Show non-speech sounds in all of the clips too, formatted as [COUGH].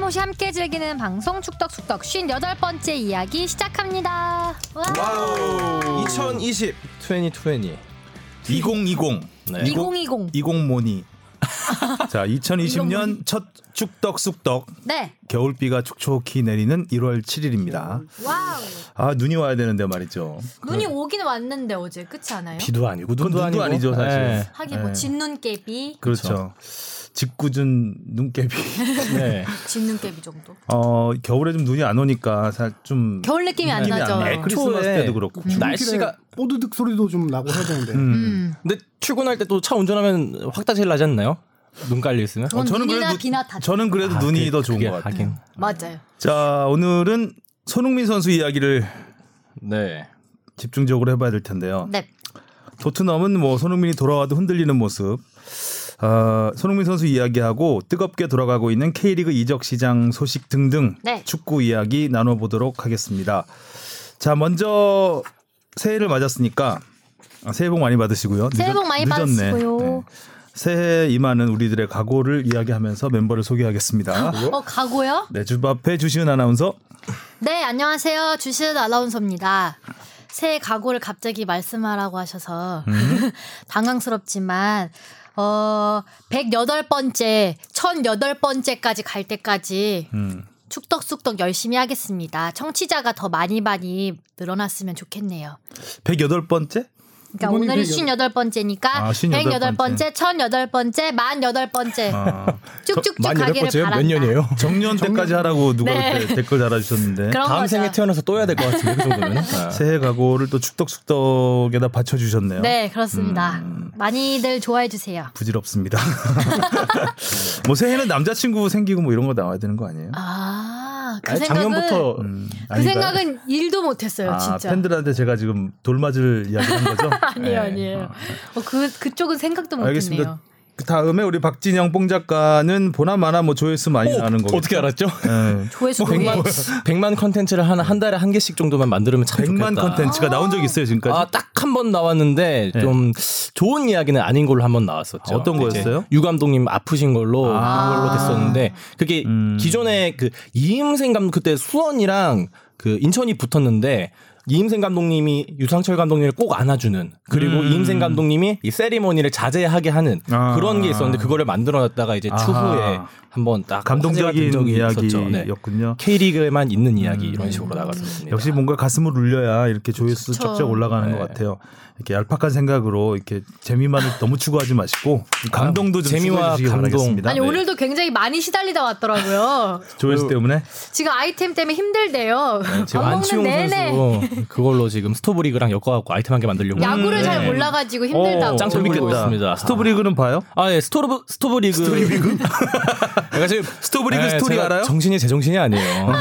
모시 함께 즐기는 방송 축덕숙덕 58번째 이야기 시작합니다. 와. 와우. 2020 2020 2020 네. 2020. 20 [LAUGHS] 모니 자 2020년 첫 축덕숙덕 네. 겨울비가 촉촉히 내리는 1월 7일입니다 와우. 아 눈이 와야 되는데 말이죠 눈이 오긴 왔는데 어제 끝이 않아요? 비도 아니고 그건 예, 눈도 눈도, 아니고. 아니죠, 사실. 예. 하긴 뭐 진눈깨비, 그렇죠 직구준 눈깨비 [LAUGHS] 네. 진눈깨비 정도. 어 겨울에 좀 눈이 안 오니까 사- 좀 겨울 느낌이 안 네, 느낌이 나죠. 안 네, 나요. 크리스마스 초에 때도 그렇고 날씨가 뽀드득 소리도 좀 나고 해야 되는데 음. 근데 출근할 때 또 차 운전하면 확다질 나지 않나요? 눈 깔려 있으면. 그건 눈이나 비나 다 저는 그래도 아, 눈이 그게- 더 좋은 그게 것 같아요 하긴. 맞아요. 자 오늘은 손흥민 선수 이야기를 네. 집중적으로 해봐야 될 텐데요 네. 토트넘은 뭐 손흥민이 돌아와도 흔들리는 모습. 아, 손흥민 선수 이야기하고 뜨겁게 돌아가고 있는 K리그 이적 시장 소식 등등 네. 축구 이야기 나눠보도록 하겠습니다. 자, 먼저 새해를 맞았으니까 아, 새해 복 많이 받으시고요. 네. 새해 복 많이 받으시고요. 새해 임하는 우리들의 각오를 이야기하면서 멤버를 소개하겠습니다. [LAUGHS] 어, 가고요? 네, 주 앞에 주시은 아나운서. 네, 안녕하세요. 주신 아나운서입니다. 새해 각오를 갑자기 말씀하라고 하셔서 음? [LAUGHS] 당황스럽지만 어 108번째, 1008번째까지 갈 때까지 음. 축덕숙덕 열심히 하겠습니다. 청취자가 더 많이 많이 늘어났으면 좋겠네요. 108번째? 그러니까 이번이 오늘이 108 58번째니까 아, 58 번째. 108번째, 1008번째, 1008번째 [LAUGHS] 쭉쭉쭉 아, 만 여덟 가기를 번째요? 바란다. 몇 년이에요? 정년 때까지 하라고 누가 네. 이렇게 [LAUGHS] 댓글 달아주셨는데. 그런 다음 거죠. 생에 태어나서 또 해야 될 것 같은데 그 정도면. 아. 새해 각오를 또 축덕축덕에다 받쳐주셨네요. 네, 그렇습니다. 음. 많이들 좋아해 주세요. 부질없습니다. [LAUGHS] 뭐 새해는 남자친구 생기고 뭐 이런 거 나와야 되는 거 아니에요? 어, 아, 그 아니, 생각은 작년부터 그 생각은 일도 못했어요, 아, 진짜. 팬들한테 제가 지금 돌맞을 이야기 한 거죠? [LAUGHS] 아니에요, 아니에요. 어, 그 그쪽은 생각도 알겠습니다. 못했네요. 그 다음에 우리 박진영 뽕 작가는 보나마나 뭐 조회수 많이 오, 나는 거겠죠? 어떻게 알았죠? 예. 조회수 공개. 100만 100만 컨텐츠를 하나 한 달에 한 개씩 정도만 만들면 참 100만 좋겠다. 컨텐츠가 나온 적 있어요 지금까지? 네. 아, 딱 한 번 나왔는데 좀 좋은 이야기는 아닌 걸로 한 번 나왔었죠. 어떤 이제 거였어요? 유 감독님 아프신 걸로 그걸로 됐었는데 그게 음. 기존에 그 이임생 감독 그때 수원이랑 그 인천이 붙었는데 이임생 감독님이 유상철 감독님을 꼭 안아주는 그리고 이임생 감독님이 이 세리머니를 자제하게 하는 음. 아. 그런 게 있었는데 그거를 만들어놨다가 이제 아하. 추후에 한번 딱 화제가 감동적인 된 적이 있었죠. 네. 이야기였군요. 음. K리그에만 있는 이야기 이런 식으로 나갔었습니다. 네. 역시 뭔가 가슴을 울려야 이렇게 조회수 그쵸. 쩍쩍 올라가는 것 같아요. 이렇게 얄팍한 생각으로 이렇게 [LAUGHS] 재미만을 너무 추구하지 마시고 감동도 좀 아, 재미와 추구해 주시기 감동. 바라겠습니다. 네. 아니 오늘도 굉장히 많이 시달리다 왔더라고요. 그 조회수 때문에 지금 아이템 때문에 힘들대요. 네, 지금 밥 먹는 안치홍 내내 선수 [LAUGHS] 그걸로 지금 스토브리그랑 엮어갖고 아이템 한 개 만들려고. 야구를 잘 네. 몰라가지고 힘들다고. 어, 짱그 재밌겠다. 재밌겠다. 있습니다. 스토브리그는 봐요? 아 예, 스토브 스토브리그. 스토브리그. [LAUGHS] 내가 지금 스토브리그 스토리 제가 알아요? 정신이 제 정신이 아니에요.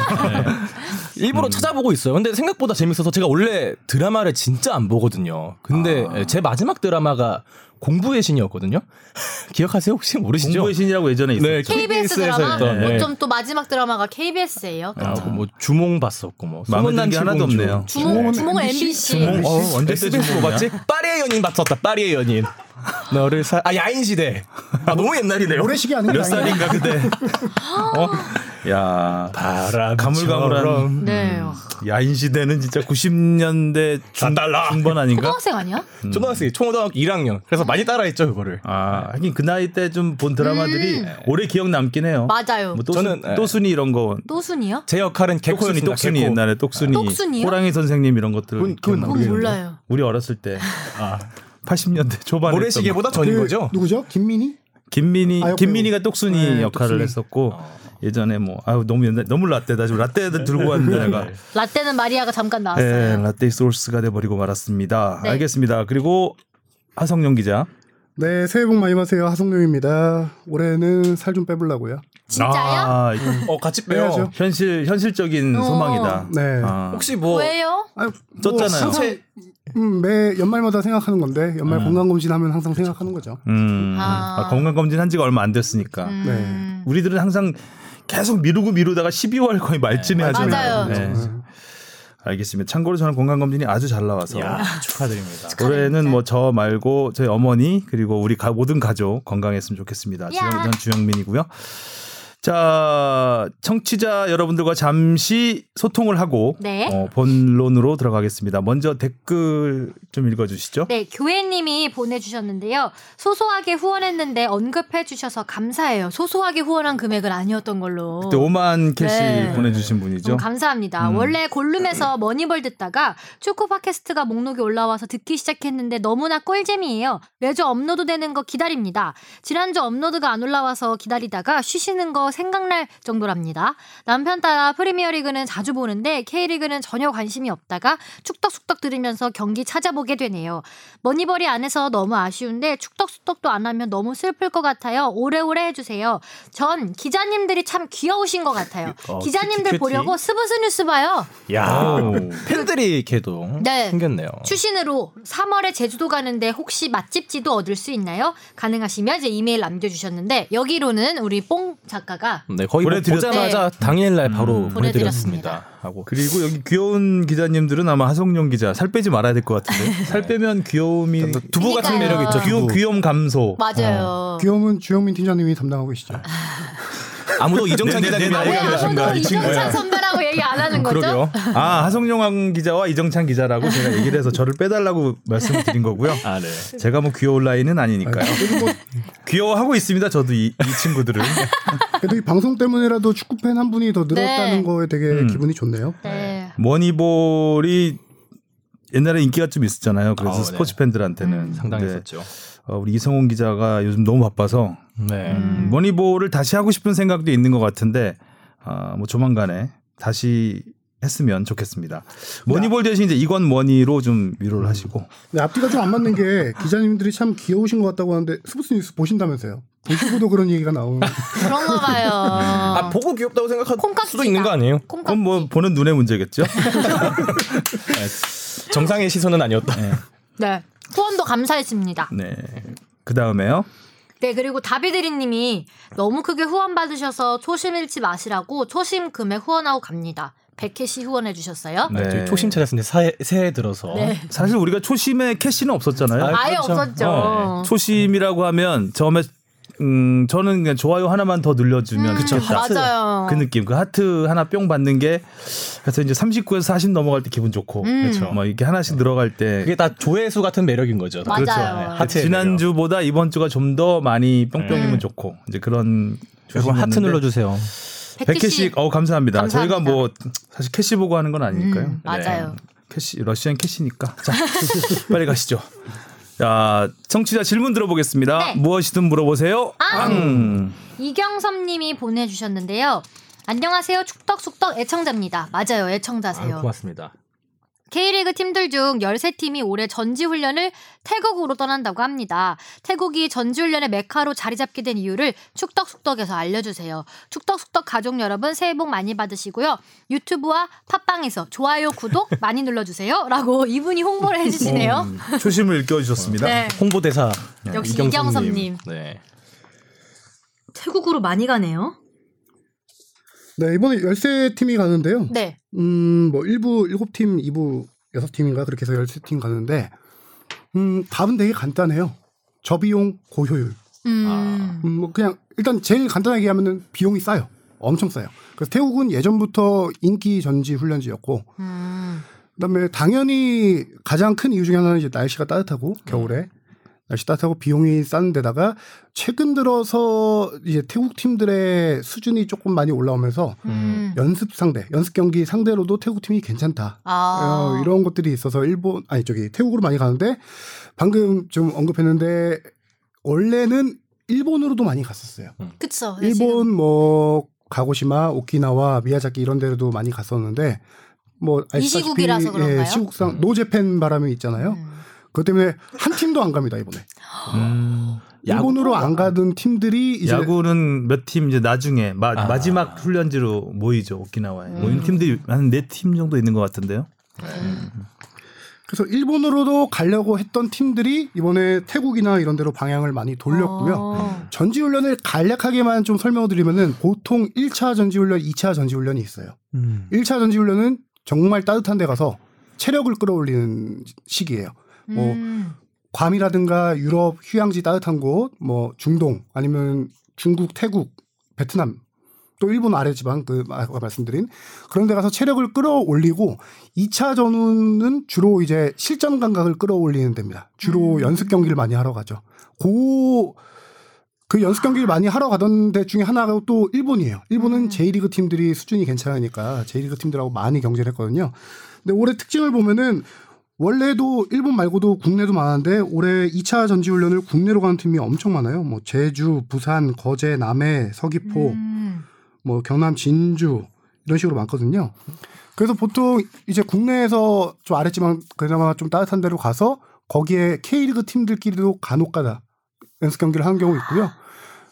네. 일부러 찾아보고 있어요. 근데 생각보다 재밌어서 제가 원래 드라마를 진짜 안 보거든요. 근데 예, 제 마지막 드라마가 공부의 신이었거든요. [LAUGHS] 기억하세요? 혹시 모르시죠? 공부의 신이라고 예전에 네, 있었죠. KBS 드라마. 했던, 예. 어쩜 또 마지막 드라마가 KBS예요. 아, 그뭐 주몽 봤었고 뭐 마음에 드는 게 하나도 칠공주. 없네요. 주몽 주몽 MBC. 주몽 어, 언제 때 SBS 뭐 주목이냐? 봤지? 파리의 연인 봤었다. 파리의 연인. 너를 사. 아 야인 시대. 아 너무 옛날이네요. 오래시기 하는 게 몇 아니라 살인가 [LAUGHS] 그때? 어? 야 바람 가물가물한 네. 어. 야인 시대는 진짜 90년대 중, 달라. 중반 아닌가? 초등학생 아니야? 어? 음. 초등학생 초등학교 1학년. 그래서 많이 따라했죠 그거를. 아, 하긴 그 나이 때 좀 본 드라마들이 오래 기억 남긴 음. 해요. 맞아요. 뭐 또, 저는, 예. 또순이 이런 거 또순이요? 제 역할은 똑순이 개코였습니다. 똑순이 개코. 옛날에 똑순이 똑순이요? 호랑이 선생님 이런 것들 그건- 그건 기억나요? 그건 몰라요. 우리 어렸을 때 아, 80년대 초반에 했던 네. 모래시계보다 전인 그 거죠? 누구죠? 김민희? 거. 김민희 아, 옆에 김민희가 똑순이 네, 역할을 똑순이. 했었고 어. 예전에 뭐 아유 너무 옛날 너무 라떼다 지금 라떼 네. 애들 들고 왔는데 내가 라떼는 마리아가 잠깐 나왔어요. 네, 라떼 소울스가 돼 버리고 말았습니다. 네. 알겠습니다. 그리고 하성룡 기자 네 새해 복 많이 받으세요 하성룡입니다 올해는 살 좀 빼보려고요 진짜요? 아, 어 같이 빼야죠. 빼요. 현실 현실적인 어. 소망이다. 네 아, 혹시 뭐 왜요? 뭐 아유, 뭐 쪘잖아요. 항상, 음, 매 연말마다 생각하는 건데 연말 건강검진 하면 항상 생각하는 거죠 음, 아. 음. 아, 건강 검진 한 지가 얼마 안 됐으니까 네 우리들은 항상 계속 미루고 미루다가 12월 거의 말쯤에 하잖아요. 네, 맞아요. 알겠습니다. 참고로 저는 건강 검진이 아주 잘 나와서 야, 축하드립니다. 올해는 뭐 저 말고 저희 어머니 그리고 우리 가- 모든 가족 건강했으면 좋겠습니다. 야. 지금 전 주영민이고요. 자, 청취자 여러분들과 잠시 소통을 하고 네. 어, 본론으로 들어가겠습니다. 먼저 댓글 좀 읽어주시죠. 네, 교회님이 보내주셨는데요. 소소하게 후원했는데 언급해주셔서 감사해요. 소소하게 후원한 금액은 아니었던 걸로. 그때 5만 캐시 네. 보내주신 분이죠. 너무 감사합니다. 그렇죠. 음. 원래 골룸에서 머니볼 듣다가 초코 팟캐스트가 목록에 올라와서 듣기 시작했는데 너무나 꿀잼이에요. 매주 업로드 되는 거 기다립니다. 지난주 업로드가 안 올라와서 기다리다가 쉬시는 거 생각날 정도랍니다. 남편 따라 프리미어리그는 자주 보는데 K리그는 전혀 관심이 없다가 축덕숙덕 들으면서 경기 찾아보게 되네요. 머니볼이 안 해서 너무 아쉬운데 축덕숙덕도 안 하면 너무 슬플 것 같아요. 오래오래 해주세요. 전 기자님들이 참 귀여우신 것 같아요. 어, 기자님들 큐티, 큐티. 보려고 스브스 뉴스 봐요. 야 아우. 팬들이 걔도 네. 생겼네요. 추신으로 3월에 제주도 가는데 혹시 맛집지도 얻을 수 있나요? 가능하시면 이제 이메일 남겨주셨는데 여기로는 우리 뽕 작가가 네 거의 뭐 보내드렸- 음. 보자마자 당일날 바로 네. 보내드렸습니다. 보내드렸습니다. 하고 그리고 여기 귀여운 기자님들은 아마 하성룡 기자 살 빼지 말아야 될 [LAUGHS] 것 같은데 살 빼면 귀여움이 두부 그러니까요. 같은 매력 있죠. 귀여, 두부. 귀여움 감소. 뭐 맞아요. 귀여움은 주영민 팀장님이 담당하고 계시죠. 아무도 이정찬 내- 내- 내 기자님 왜 나이가 나이가 아무도 이 친구야. 이정찬 선배라고 얘기 안 하는 거죠? 그러게요. 아 하성룡 기자와 이정찬 기자라고 제가 얘기를 해서 저를 빼달라고 말씀을 드린 거고요. 아뭐 네. 제가 뭐 귀여울 나이는 아니니까요. [LAUGHS] 귀여워하고 있습니다. 저도 이, 이 친구들을. 그래도 이 방송 때문에라도 축구 팬 한 분이 더 늘었다는 네. 거에 되게 음. 기분이 좋네요. 네. 머니볼이 옛날에 인기가 좀 있었잖아요. 그래서 어, 네. 음, 스포츠 팬들한테는 근데, 상당했었죠. 어, 우리 이성훈 기자가 요즘 너무 바빠서 네. 음, 머니볼을 다시 하고 싶은 생각도 있는 것 같은데 아, 뭐 조만간에 다시 했으면 좋겠습니다. 네. 머니볼 대신 이제 이건 머니로 좀 위로를 하시고 근데 앞뒤가 좀 안 맞는 게 기자님들이 참 귀여우신 것 같다고 하는데 스포츠 뉴스 보신다면서요. 보시고도 그런 얘기가 나오는 그런가 봐요. 아 보고 귀엽다고 생각할 콩깍지다. 수도 있는 거 아니에요? 콩깍지. 그건 뭐 보는 [LAUGHS] 눈의 문제겠죠. 정상의 시선은 아니었다. 네. 후원도 감사했습니다. 네. 그 다음에요. 네, 그리고 다비드리님이 너무 크게 후원받으셔서 초심 잃지 마시라고 초심 금액 후원하고 갑니다. 100캐시 후원해주셨어요. 네. 저희 초심 차렸는데 새해, 새해 들어서 네. 사실 우리가 초심에 캐시는 없었잖아요. 아, 아예 그렇죠. 없었죠. 어, 초심이라고 하면 처음에 음, 저는 그냥 좋아요 하나만 더 늘려주면 음, 그쵸, 좋겠다. 하트. 맞아요. 그 느낌. 그 하트 하나 뿅 받는 게 그래서 이제 39에서 40 넘어갈 때 기분 좋고 음. 그렇죠. 뭐 이렇게 하나씩 늘어갈 때 그게 다 조회수 같은 매력인 거죠. 맞아요. 그렇죠. 하트의 매력. 지난주보다 이번 주가 좀 더 많이 뿅뿅이면 음. 좋고 이제 그런 여러분 하트 눌러주세요. 100캐시. 100캐씩 어 감사합니다. 감사합니다. 저희가 뭐 사실 캐시 보고 하는 건 아니니까요. 네. 음, 맞아요. 캐시 러시안 캐시니까 자 [LAUGHS] 빨리 가시죠. 자 청취자 질문 들어보겠습니다. 네. 아, 무엇이든 물어보세요. 앙. 이경섭님이 보내주셨는데요. 안녕하세요. 축덕숙덕 애청자입니다. 맞아요. 애청자세요. 아, 고맙습니다. K리그 팀들 중 13팀이 올해 전지훈련을 태국으로 떠난다고 합니다. 태국이 전지훈련의 메카로 자리 잡게 된 이유를 축덕숙덕에서 알려주세요. 축덕숙덕 가족 여러분 새해 복 많이 받으시고요. 유튜브와 팟빵에서 좋아요, 구독 많이 눌러주세요. 라고 이분이 홍보를 해주시네요. [LAUGHS] 음, 초심을 일깨워주셨습니다. 네. 홍보대사 역시 이경섭님. 네. 태국으로 많이 가네요. 네, 이번에 13팀이 가는데요. 네. 음, 뭐 1부 7팀, 2부 6팀인가 그렇게 해서 13팀 가는데 음, 답은 되게 간단해요. 저비용 고효율. 음. 음, 뭐 그냥 일단 제일 간단하게 얘기하면은 비용이 싸요. 엄청 싸요. 그래서 태국은 예전부터 인기 전지 훈련지였고 음. 그다음에 당연히 가장 큰 이유 중에 하나는 이제 날씨가 따뜻하고 겨울에 날씨 따뜻하고 비용이 싼 데다가 최근 들어서 이제 태국 팀들의 수준이 조금 많이 올라오면서 음. 연습 상대, 연습 경기 상대로도 태국 팀이 괜찮다. 아. 어, 이런 것들이 있어서 일본 아니 저기 태국으로 많이 가는데 방금 좀 언급했는데 원래는 일본으로도 많이 갔었어요. 그쵸. 네, 지금. 일본 뭐 가고시마, 오키나와 미야자키 이런 데로도 많이 갔었는데 뭐 아시다시피 이시국이라서 그런가요? 예, 시국상 노재팬 바람이 있잖아요. 음. 그것 때문에 한 팀도 안 갑니다 이번에. 야구- 일본으로 안 가던 팀들이 이제 음. 야구는 몇 팀 이제 나중에 마, 아. 마지막 훈련지로 모이죠 오키나와에 음. 모인 팀들이 한 네 팀 정도 있는 것 같은데요. 그래서 일본으로도 가려고 했던 팀들이 이번에 태국이나 이런 데로 방향을 많이 돌렸고요. 어. 전지훈련을 간략하게만 좀 설명을 드리면은 보통 1차 전지훈련, 2차 전지훈련이 있어요. 음. 1차 전지훈련은 정말 따뜻한 데 가서 체력을 끌어올리는 시기예요. 뭐 음. 괌이라든가 유럽 휴양지 따뜻한 곳, 뭐 중동 아니면 중국, 태국, 베트남 또 일본 아래 지방 그 아까 말씀드린 그런 데 가서 체력을 끌어올리고 2차 전후는 주로 이제 실전 감각을 끌어올리는 데입니다. 주로 연습 경기를 많이 하러 가죠. 고 그 연습 경기를 많이 하러 가던 데 중에 하나가 또 일본이에요. 일본은 J리그 팀들이 수준이 괜찮으니까 J리그 팀들하고 많이 경쟁을 했거든요. 근데 올해 특징을 보면은 원래도 일본 말고도 국내도 많은데 올해 2차 전지훈련을 국내로 가는 팀이 엄청 많아요. 뭐 제주, 부산, 거제, 남해, 서귀포, 음. 뭐 경남 진주 이런 식으로 많거든요. 그래서 보통 이제 국내에서 좀 아랫지만 그나마 좀 따뜻한 데로 가서 거기에 K리그 팀들끼리도 간혹가다 연습 경기를 하는 경우 있고요.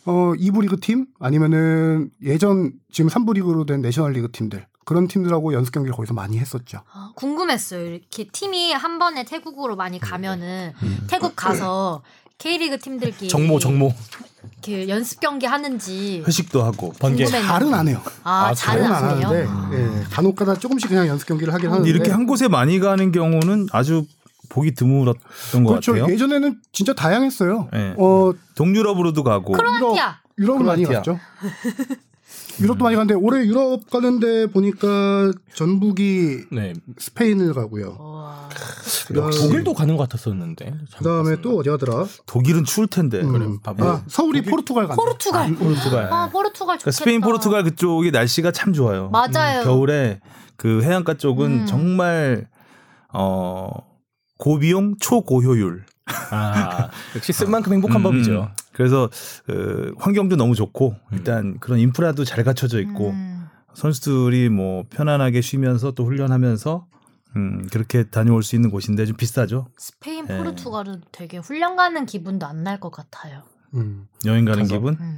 어 2부 리그 팀 아니면은 예전 지금 3부 리그로 된 내셔널 리그 팀들 그런 팀들하고 연습 경기를 거기서 많이 했었죠. 아, 궁금했어요. 이렇게 팀이 한 번에 태국으로 많이 가면은 태국 가서 K리그 팀들끼리 정모 정모 이렇게 연습 경기 하는지 회식도 하고 번개 궁금했는데. 잘은 안 해요. 아, 아, 잘은 안 하네요. 하는데 예, 간혹가다 조금씩 그냥 연습 경기를 하긴 하는데 아, 네. 이렇게 한 곳에 많이 가는 경우는 아주 보기 드물었던 것 그렇죠. 같아요. 예전에는 진짜 다양했어요. 예. 어 동유럽으로도 가고 크로아티아. 유럽을 많이 크로아티아. 갔죠. [LAUGHS] 유럽도 많이 갔는데 올해 유럽 가는데 보니까 전북이 네 스페인을 가고요. 와. 그다음- 독일도 가는 것 같았었는데 잘못 그다음에 봤었나? 또 어디 가더라? 독일은 추울 텐데. 음, 아, 아, 뭐. 서울이 포르투갈 간다. 포르투갈. 포르투갈. 아, 포르투갈 좋겠다. 그러니까 스페인, 포르투갈 그쪽이 날씨가 참 좋아요. 음. 맞아요. 겨울에 그 해안가 쪽은 음. 정말 어 고비용 초고효율 아, 역시 쓴 만큼 행복한 음, 법이죠. 음. 음. 그래서 그 환경도 너무 좋고 일단 그런 인프라도 잘 갖춰져 있고 음. 선수들이 뭐 편안하게 쉬면서 또 훈련하면서 음 그렇게 다녀올 수 있는 곳인데 좀 비싸죠. 스페인 예. 포르투갈은 되게 훈련 가는 기분도 안 날 것 같아요. 음. 여행 가는 가서. 기분? 음.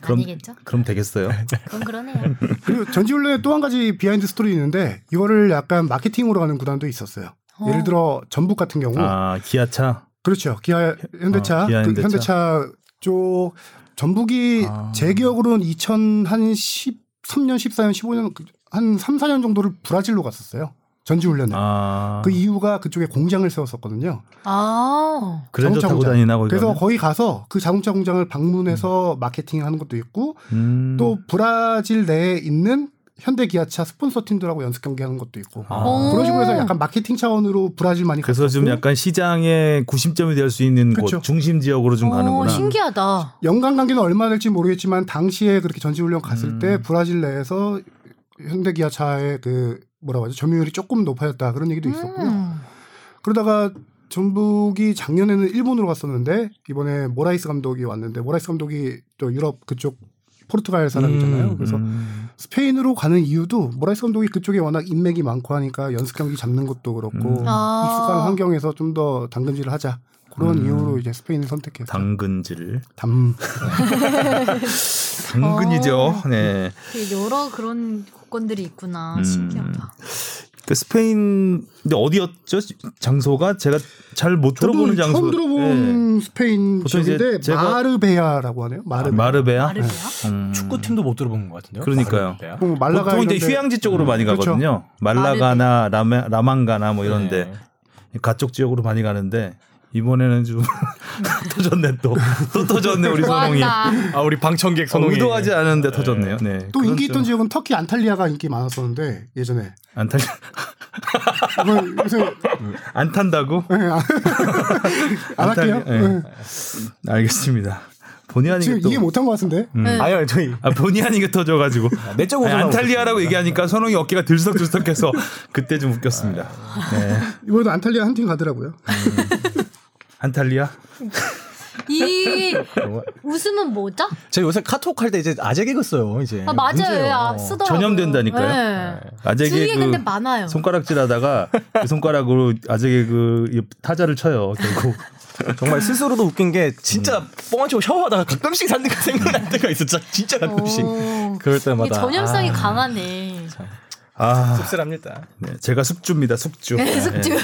그럼- 아니겠죠? 그럼 되겠어요. 그럼 그러네요. 그리고 전지훈련에 또 한 가지 비하인드 스토리 있는데 이거를 약간 마케팅으로 가는 구단도 있었어요. 어. 예를 들어 전북 같은 경우 아 기아차. 그렇죠. 기아 현대차, 어, 기아 그 현대차. 현대차. 쪽 전북이 아. 제 기억으로는 2013년, 14년, 15년 그- 한 3, 4년 정도를 브라질로 갔었어요. 전지 훈련을. 아 그 이유가 그쪽에 공장을 세웠었거든요. 아. 그랜저 자동차 타고 공장. 다니나 거기 그래서 가면? 거기 가서 그 자동차 공장을 방문해서 마케팅하는 것도 있고 음. 또 브라질 내에 있는 현대 기아차 스폰서 팀들하고 연습 경기하는 것도 있고 아. 어. 그런 식으로 해서 약간 마케팅 차원으로 브라질 많이 그래서 좀 갔었고 약간 시장의 구심점이 될 수 있는 그쵸. 곳 중심 지역으로 좀 어, 가는구나. 신기하다. 연간 관계는 얼마나 될지 모르겠지만 당시에 그렇게 전지훈련 갔을 음. 때 브라질 내에서 현대기아차의 그 뭐라고 하죠 점유율이 조금 높아졌다 그런 얘기도 있었고요. 음. 그러다가 전북이 작년에는 일본으로 갔었는데 이번에 모라이스 감독이 왔는데 모라이스 감독이 또 유럽 그쪽 포르투갈 사람이잖아요. 음, 그래서 음. 스페인으로 가는 이유도 모라이스 감독이 그쪽에 워낙 인맥이 많고 하니까 연습 경기 잡는 것도 그렇고 음. 아. 익숙한 환경에서 좀 더 당근질을 하자 그런 음. 이유로 이제 스페인을 선택했죠. 당근질. 담 당근이죠. 네. 되게 여러 그런 조건들이 있구나. 음. 신기하다. 그 스페인 근데 어디였죠? 장소가 제가 잘 못 들어보는 저도 장소. 예. 처음 들어본 스페인 보통 이제 지역인데 제가- 마르베야라고 하네요. 예. 마르베야. 마르베야. 말을 해요? 음. 축구팀도 못 들어본 것 같은데요. 아, 그러니까요. 음, 다른 데야? 보통 뭐 말라가 보통 이제 이런데- 휴양지 쪽으로 많이 그렇죠. 가거든요. 말라가나 라마, 라만가나 뭐 이런데 네. 가쪽 지역으로 많이 가는데 이번에는 좀 [LAUGHS] 터졌네 또. 또 터졌네 우리 선홍이. 좋아한다. [LAUGHS] 아 우리 방청객 어, 선홍이 의도하지 않은데 터졌네요. 네. 또 그건 인기 좀 있던 지역은 터키 안탈리아가 인기 많았었는데 예전에 안 탄, 이건 [LAUGHS] 요새 안 탄다고? 안 안탈리아, 할게요. 예. 네. 알겠습니다. 본의 아니게 지금 뭐- 또 이해 못한 것 같은데 네. 아니요 저희 아, 본의 아니게 터져가지고 내적 아니, 오선 안탈리아라고 얘기하니까 선홍이 어깨가 들썩들썩해서 그때 좀 웃겼습니다. 네. 이번에도 안탈리아 한 팀 가더라고요. 음. 안탈리아? 이 웃음은 뭐죠? 제가 요새 카톡 할 때 이제 아재 개그 써요 이제. 네, 아, 맞아요. 어, 아, 쓰더라고요. 전염된다니까요. 네. 아재 주위에 근데 개그 많아요. 손가락질하다가 그 손가락으로 아재 개그 이 타자를 쳐요. 결국 아. 정말 스스로도 웃긴 게 진짜 뻥안 치고 샤워하다가 가끔씩 산데가 음. [LAUGHS] 생각날 때가 있어. 진짜, 진짜 가끔씩. 오. 그럴 어. 이게 때마다 전염성이 아, 강하네. 아 씁쓸합니다. 네, 제가 숙주입니다. 숙주. 계속 네. 지금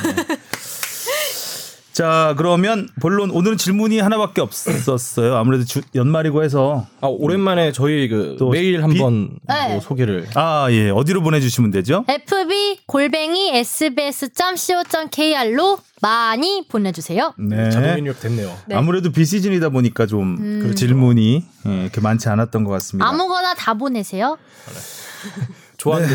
자 그러면 본론 오늘은 질문이 하나밖에 없었어요. 아무래도 주- 연말이고 해서 아 오랜만에 저희 그 또 메일 한번 네. 뭐 소개를 아 예 어디로 보내주시면 되죠? fb 골뱅이 sbs.co.kr로 많이 보내주세요. 네. 자동 입력 됐네요. 네. 아무래도 비시즌이다 보니까 좀 음. 질문이 예, 이렇게 많지 않았던 것 같습니다. 아무거나 다 보내세요. 좋았는지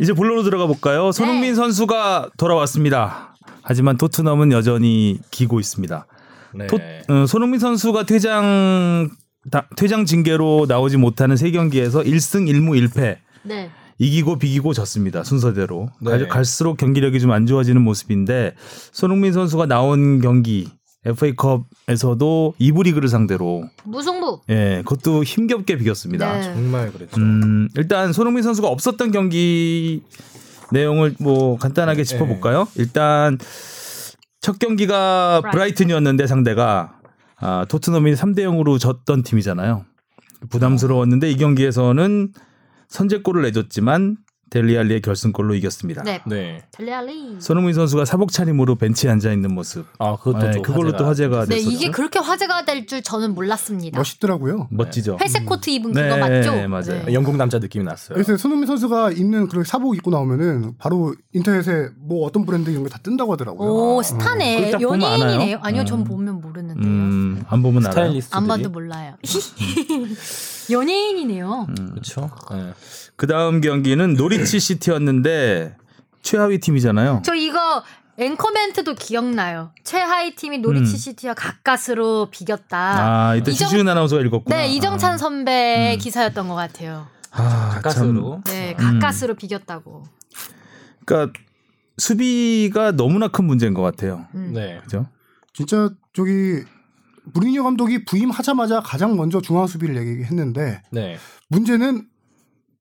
이제 본론으로 들어가 네. 볼까요? 손흥민 선수가 돌아왔습니다. 하지만 토트넘은 여전히 기고 있습니다. 네. 토- 어, 손흥민 선수가 퇴장 다- 퇴장 징계로 나오지 못하는 세 경기에서 1승 1무 1패 네. 이기고 비기고 졌습니다 순서대로 네. 갈- 갈수록 경기력이 좀 안 좋아지는 모습인데 손흥민 선수가 나온 경기 FA컵에서도 이부 리그를 상대로 무승부. 예 그것도 힘겹게 비겼습니다. 네. 정말 그랬죠. 음, 일단 손흥민 선수가 없었던 경기 내용을 뭐 네. 간단하게 짚어볼까요? 일단 첫 경기가 브라이튼이었는데 상대가 아, 토트넘이 3대 0으로 졌던 팀이잖아요. 부담스러웠는데 이 경기에서는 선제골을 내줬지만 델리알리의 결승골로 이겼습니다. 네. 네. 델리알리. 손흥민 선수가 사복 차림으로 벤치에 앉아 있는 모습. 아 그것도 네, 또 그걸로 또 화제가 네, 됐었죠. 이게 그렇게 화제가 될 줄 저는 몰랐습니다. 멋있더라고요. 멋지죠. 회색 코트 입은 그거 네, 맞죠? 네, 맞아요. 네. 영국 남자 느낌이 났어요. 그래서 손흥민 선수가 입는 그런 사복 입고 나오면은 바로 인터넷에 뭐 어떤 브랜드 이런 게 다 뜬다고 하더라고요. 오 음, 스타네 그걸 딱 보면 연예인이네요. 알아요? 아니요, 전 음. 보면 모르는데요. 음, 안 보면 알아요. 스타일리스트들이 안 봐도 몰라요. [LAUGHS] 연예인이네요. 음. 그렇죠. 네. 그 다음 경기는 노리치 시티였는데 최하위 팀이잖아요. 저 이거 앵커멘트도 기억나요. 최하위 팀이 노리치 음. 시티와 가까스로 비겼다. 아 이때 이정- 주지훈 아나운서가 읽었구나. 네, 이정찬 선배 의 음. 기사였던 것 같아요. 아, 가까스로. 네, 음. 가까스로 비겼다고. 참, 그러니까 수비가 너무나 큰 문제인 것 같아요. 음. 네. 그죠? 진짜 저기 무리뉴 감독이 부임하자마자 가장 먼저 중앙 수비를 얘기했는데 네. 문제는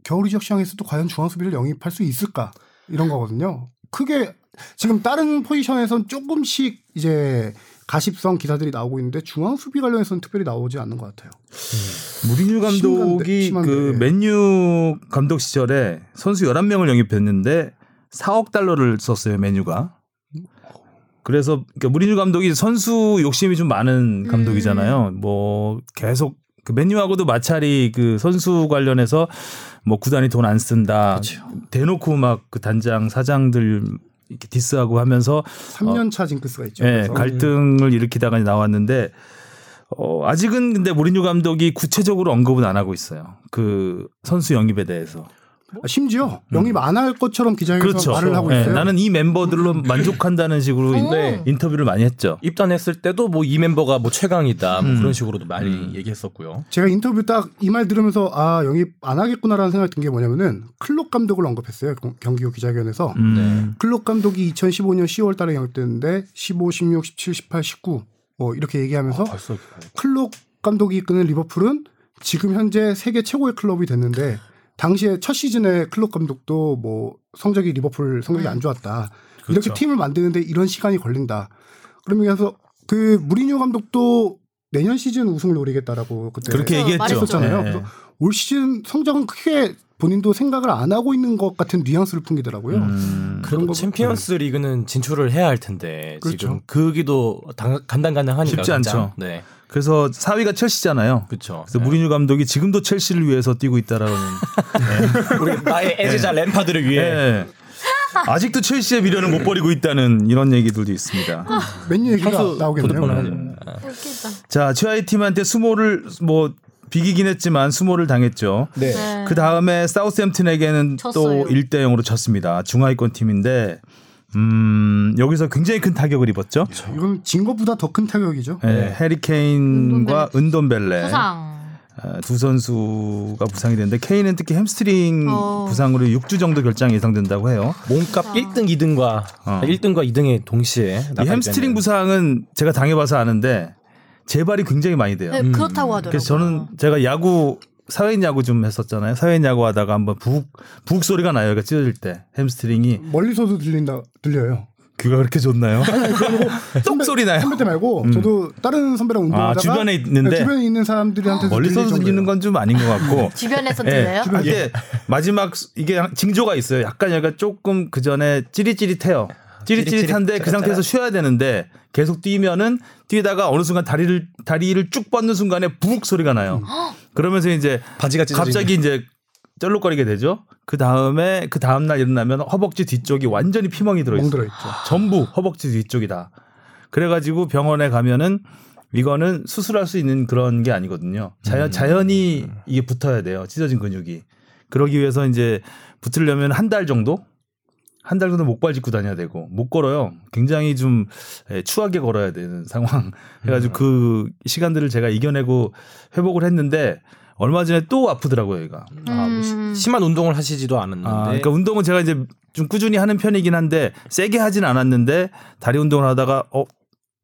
겨울 이적 시장에서도 과연 중앙 수비를 영입할 수 있을까 이런 거거든요. 크게 지금 다른 포지션에선 조금씩 이제 가십성 기사들이 나오고 있는데 중앙 수비 관련해서는 특별히 나오지 않는 것 같아요. 무리뉴 감독이 심한데, 예. 그 심한데. 맨유 감독 시절에 선수 11명을 영입했는데 4억 달러를 썼어요, 맨유가. 그래서 그러니까 무리뉴 감독이 선수 욕심이 좀 많은 감독이잖아요. 음. 뭐 계속 그 맨유하고도 마찰이 그 선수 관련해서 뭐 구단이 돈 안 쓴다. 그렇죠. 대놓고 막 그 단장 사장들 이렇게 디스하고 하면서 3년 차 징크스가 있죠. 예, 그래서. 갈등을 일으키다가 나왔는데 어, 아직은 근데 모리뉴 감독이 구체적으로 언급은 안 하고 있어요. 그 선수 영입에 대해서. 아, 심지어 영입 안 할 것처럼 기자회견에서 음. 그렇죠. 말을 하고 예, 있어요. 음. 어. 나는 이 멤버들로 만족한다는 식으로 인- 네. 인터뷰를 많이 했죠. 입단했을 때도 뭐 이 멤버가 뭐 최강이다 뭐 음. 그런 식으로도 많이 얘기했었고요. 제가 인터뷰 딱 이 말 들으면서 아 영입 안 하겠구나라는 생각이 든 게 뭐냐면은 클롭 감독을 언급했어요 경- 경기 후 기자회견에서 음. 클롭 감독이 2015년 10월달에 영입됐는데 15, 16, 17, 18, 19 뭐 이렇게 아, 얘기하면서 벌써 클롭 감독이 이끄는 리버풀은 지금 현재 세계 최고의 클럽이 됐는데 당시에 첫 시즌에 클롭 감독도 뭐 성적이 리버풀 성적이 안 좋았다. 그렇죠. 이렇게 팀을 만드는데 이런 시간이 걸린다. 그러면서 그 무리뉴 감독도 내년 시즌 우승을 노리겠다라고 그때 그렇게 그래서 얘기했죠. 말했었잖아요. 예, 예. 그래서 올 시즌 성적은 크게 본인도 생각을 안 하고 있는 것 같은 뉘앙스를 풍기더라고요. 음. 그래도 거- 챔피언스 리그는 진출을 해야 할 텐데 그렇죠. 지금 그 길도 당- 간당간당하니까 쉽지 당장. 않죠. 네, 그래서 4위가 첼시잖아요. 그렇죠. 네. 그래서 무리뉴 감독이 지금도 첼시를 위해서 뛰고 [LAUGHS] 있다라는. 우리 나의 애지자 램파드를 예. 위해 아직도 첼시의 미련을 못 버리고 있다는 이런 얘기들도 있습니다. 맨유 얘기가 선수 나오겠네요. 소득권을 음. 하죠. 아. 웃기다. 자, 최하위 팀한테 수모를 뭐 비기긴 했지만 수모를 당했죠. 네. 그 다음에 사우스햄튼에게는 졌어요. 또 1대 0으로 졌습니다. 중하위권 팀인데 음, 여기서 굉장히 큰 타격을 입었죠. 이건 진 것보다 더 큰 타격이죠. 예, 해리 케인과 은돈벨레 부상. 아, 두 선수가 부상이 됐는데 케인은 특히 햄스트링 어. 부상으로 6주 정도 결장 예상된다고 해요. 몸값 아. 1등, 2등과 어. 1등과 2등의 동시에 이 햄스트링 부상은 제가 당해봐서 아는데 재발이 굉장히 많이 돼요. 네, 그렇다고 하더라고요. 음. 그래서 저는 제가 야구 사회인 야구 좀 했었잖아요. 사회인 야구 하다가 한번 부욱 부욱 소리가 나요. 그러니까 찢어질 때 햄스트링이 멀리서도 들린다 들려요. 귀가 그렇게 좋나요? [LAUGHS] 똑 소리 나요. 음. 아, 선배 때 말고 저도 다른 선배랑 운동하다가 주변에 있는데? 네, 주변에 있는 사람들한테 멀리서 들리는 건 좀 아닌 것 [LAUGHS] 같고. 주변에서 예. 들려요? 근데 마지막 수- 이게 징조가 있어요. 약간 약간 조금 그 전에 찌릿찌릿해요. 찌릿찌릿한데 그 상태에서 쉬어야 되는데 계속 뛰면은 뛰다가 어느 순간 다리를 다리를 쭉 뻗는 순간에 부욱 소리가 나요. 그러면서 이제 바지가 찢어지는. 갑자기 이제 쩔룩거리게 되죠. 그 다음에 그 다음 날 일어나면 허벅지 뒤쪽이 완전히 피멍이 들어 있어. 멍들어 있죠. 전부 허벅지 뒤쪽이다. 그래가지고 병원에 가면은 이거는 수술할 수 있는 그런 게 아니거든요. 자연 자연히 이게 붙어야 돼요. 찢어진 근육이. 그러기 위해서 이제 붙으려면 한 달 정도 한 달 정도 목발 짚고 다녀야 되고 못 걸어요. 굉장히 좀 예, 추하게 걸어야 되는 [LAUGHS] 상황. 해가지고 그 시간들을 제가 이겨내고 회복을 했는데 얼마 전에 또 아프더라고요, 얘가. 아, 뭐 음. 시- 심한 운동을 하시지도 음, 않았는데. 네. 아, 그러니까 운동은 제가 이제 좀 꾸준히 하는 편이긴 한데 세게 하진 않았는데 다리 운동을 하다가 어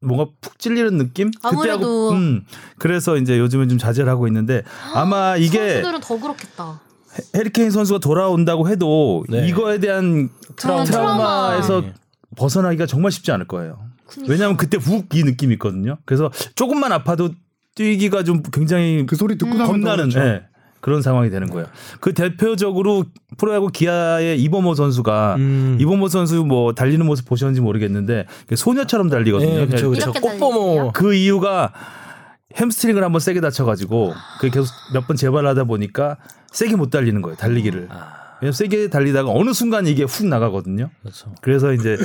뭔가 푹 찔리는 느낌? 아무래도. 그때하고 음. 그래서 이제 요즘은 좀 자제를 하고 있는데 아마 이게 선수들은 더 그렇겠다. 헤- 헤리케인 선수가 돌아온다고 해도 네. 이거에 대한 그런 트라우마. 트라우마에서 네. 벗어나기가 정말 쉽지 않을 거예요. 그니까. 왜냐하면 그때 훅 이 느낌이 있거든요. 그래서 조금만 아파도 뛰기가 좀 굉장히 그 소리 듣고 음. 나면 겁나는 더 그렇죠. 예, 그런 상황이 되는 거예요. 그 대표적으로 프로야구 기아의 이범호 선수가 음. 이범호 선수 뭐 달리는 모습 보셨는지 모르겠는데 그 소녀처럼 달리거든요. 네, 그렇죠. 그 그렇죠. 이렇게 꽃보모. 이유가 햄스트링을 한번 세게 다쳐가지고 그 계속 몇 번 재발하다 보니까 세게 못 달리는 거예요. 달리기를. 아. 왜냐면 세게 달리다가 어느 순간 이게 훅 나가거든요. 그렇죠. 그래서 이제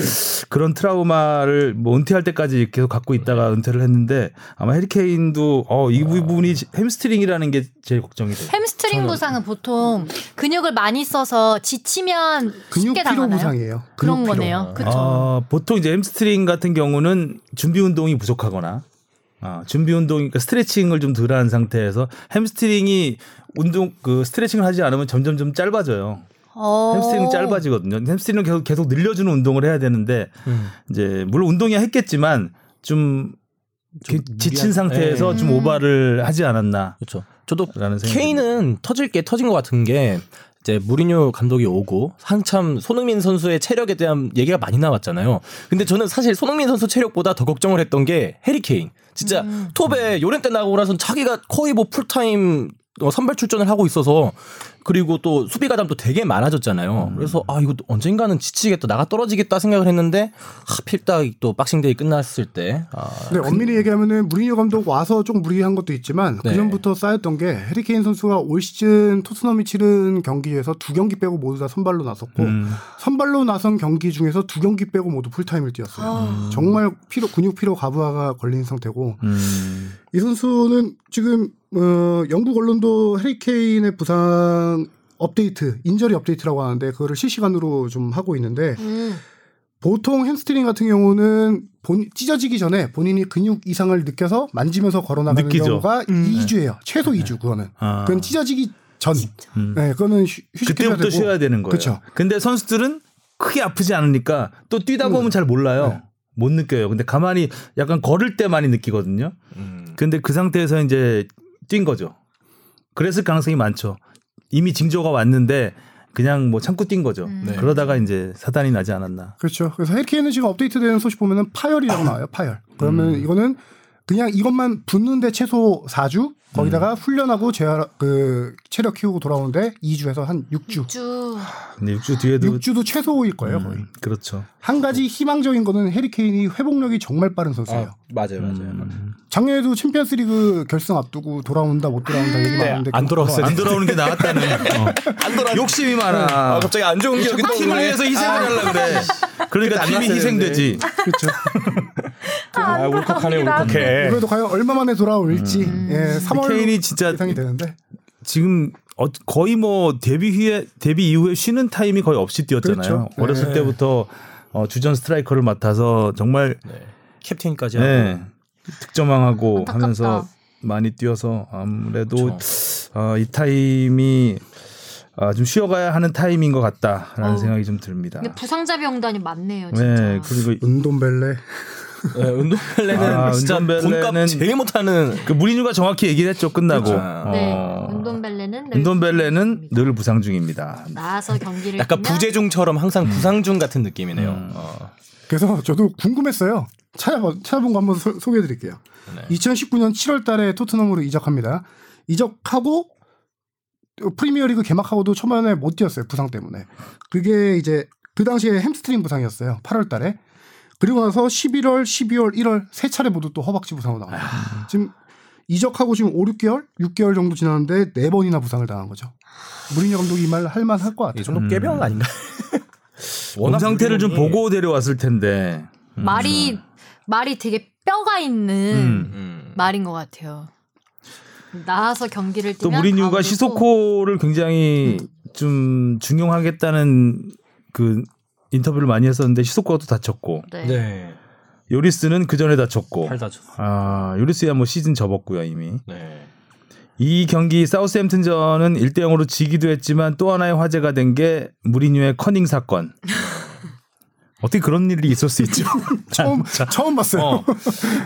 그런 트라우마를 뭐 은퇴할 때까지 계속 갖고 네. 있다가 은퇴를 했는데 아마 헤리케인도 아. 어이 부분이 햄스트링이라는 게 제일 걱정이 돼요. 햄스트링 부상은 보통 근육을 많이 써서 지치면 근육 쉽게 피로 당하나요? 부상이에요. 그런 근육 피로. 거네요. 그렇죠. 아, 보통 이제 햄스트링 같은 경우는 준비 운동이 부족하거나 아, 준비 운동 그러니까 스트레칭을 좀 덜한 상태에서 햄스트링이 운동 그 스트레칭을 하지 않으면 점점 좀 짧아져요. 어. 햄스트링 짧아지거든요. 햄스트링은 계속 계속 늘려주는 운동을 해야 되는데 음. 이제 물론 운동이야 했겠지만 좀, 기- 지친 상태에서 예. 좀 음. 오바를 하지 않았나. 그렇죠. 저도 라는 생각이 케인은 터질 게 터진 것 같은 게 이제 무리뉴 감독이 오고 한참 손흥민 선수의 체력에 대한 얘기가 많이 나왔잖아요. 근데 저는 사실 손흥민 선수 체력보다 더 걱정을 했던 게 해리 케인. 진짜 톱에 요렌 때 나고 나선 자기가 거의 뭐 풀타임 어, 선발 출전을 하고 있어서 그리고 또 수비 가담도 되게 많아졌잖아요. 그래서 아 이거 언젠가는 지치겠다 나가 떨어지겠다 생각을 했는데 하필 딱 또 박싱데이 끝났을 때 아, 근데 엄밀히 그 얘기하면은 무리뉴 감독 와서 좀 무리한 것도 있지만 네. 그 전부터 쌓였던 게 해리케인 선수가 올 시즌 토트넘이 치른 경기에서 두 경기 빼고 모두 다 선발로 나섰고 음. 선발로 나선 경기 중에서 두 경기 빼고 모두 풀타임을 뛰었어요. 아. 정말 피로 근육 피로 과부하가 걸린 상태고 음. 이 선수는 지금 어, 영국 언론도 해리케인의 부상 업데이트, 인절이 업데이트라고 하는데 그거를 실시간으로 좀 하고 있는데 음. 보통 햄스트링 같은 경우는 본, 찢어지기 전에 본인이 근육 이상을 느껴서 만지면서 걸어나가는 느끼죠. 음, 네. 경우가 2주예요. 최소 2주 그거는. 아. 그건 찢어지기 전. 음. 네, 그거는 휴, 휴식해야 그때부터 되고. 쉬어야 되는 거예요. 그쵸. 근데 선수들은 크게 아프지 않으니까 또 뛰다 보면 잘 몰라요. 못 느껴요. 근데 가만히 약간 걸을 때 많이 느끼거든요. 음. 근데 그 상태에서 이제 뛴 거죠. 그랬을 가능성이 많죠. 이미 징조가 왔는데 그냥 뭐 참고 뛴 거죠. 음. 네. 그러다가 이제 사단이 나지 않았나. 그렇죠. 그래서 해리케인은 지금 업데이트되는 소식 보면은 파열이라고 나와요. 파열. 그러면 이거는 그냥 이것만 붙는데 최소 4주 거기다가 훈련하고 재활 그 체력 키우고 돌아오는데 2주에서 한 6주. 쭉. 근데 6주 뒤에도 6주도 최소일 거예요, 거의. 음, 그렇죠. 한 가지 희망적인 거는 해리케인이 회복력이 정말 빠른 선수예요. 맞아요 맞아요. 작년에도 챔피언스리그 결승 앞두고 돌아온다 못 돌아온다 얘기 많았는데 안 돌아왔어요. 안 돌아오는 게 나았다는 안 돌아 욕심이 많아. 아, 갑자기 안 좋은 기억이 자꾸 팀을 떠오르네. 위해서 희생을 하려고 그래. 그러니까 팀이 났어야 희생되지. 아, 울컥하네 울컥해. 그래도 과연 얼마 만에 돌아올지 예, 3월 케인이 진짜 예상이 되는데 지금 어- 거의 뭐 데뷔 후에 데뷔 이후에 쉬는 타임이 거의 없이 뛰었잖아요. 그렇죠. 네. 어렸을 때부터 어, 주전 스트라이커를 맡아서 정말 네. 캡틴까지 하고. 네, 득점왕하고 안타깝다. 하면서 많이 뛰어서 아무래도 그렇죠. 어, 이 타임이 아, 좀 쉬어가야 하는 타임인 것 같다라는 어. 생각이 좀 듭니다. 근데 부상자 병단이 많네요, 진짜. 네 그리고 은돈벨레 네, 운동벨레는 아, 진짜 운동벨레는- 돈값 제일 못하는 그 무리뉴가 정확히 얘기를 했죠 끝나고 그렇죠. 네, 어, 운동벨레는 운돈벨레는 늘 부상 중입니다. 나와서 경기를 약간 뛰면 부재중처럼 항상 음. 부상중 같은 느낌이네요. 어. 그래서 저도 궁금했어요. 찾아봐, 찾아본 거 한번 소, 개해드릴게요 네. 2019년 7월 달에 토트넘으로 이적합니다. 이적하고 프리미어리그 개막하고도 초반에 못 뛰었어요. 부상 때문에. 그게 이제 그 당시에 햄스트링 부상이었어요. 8월 달에. 아. 그리고 나서 11월, 12월, 1월 세 차례 모두 또 허벅지 부상으로 나와요. 지금 이적하고 지금 5, 6개월, 6개월 정도 지났는데 네 번이나 부상을 당한 거죠. 무리뉴 감독이 이 말 할만 할 것 이 같아요. 정도 깨병 아닌가? 몸 상태를 좀 유리하니. 보고 데려왔을 텐데. 음. 말이 말이 되게 뼈가 있는 음. 말인 것 같아요. 나와서 경기를 또 뛰면 무리뉴가 아무래도- 시소코를 굉장히 좀 중용하겠다는 그 인터뷰를 많이 했었는데 시소코가 또 다쳤고 네. 네. 요리스는 그 전에 다쳤고 팔 다쳤어. 아 요리스야 뭐 시즌 접었고요 이미 네. 이 경기 사우스햄튼전은 1대 0으로 지기도 했지만 또 하나의 화제가 된 게 무리뉴의 커닝 사건 어떻게 그런 일이 있을 수 있죠? 처음 처음 봤어요. 어.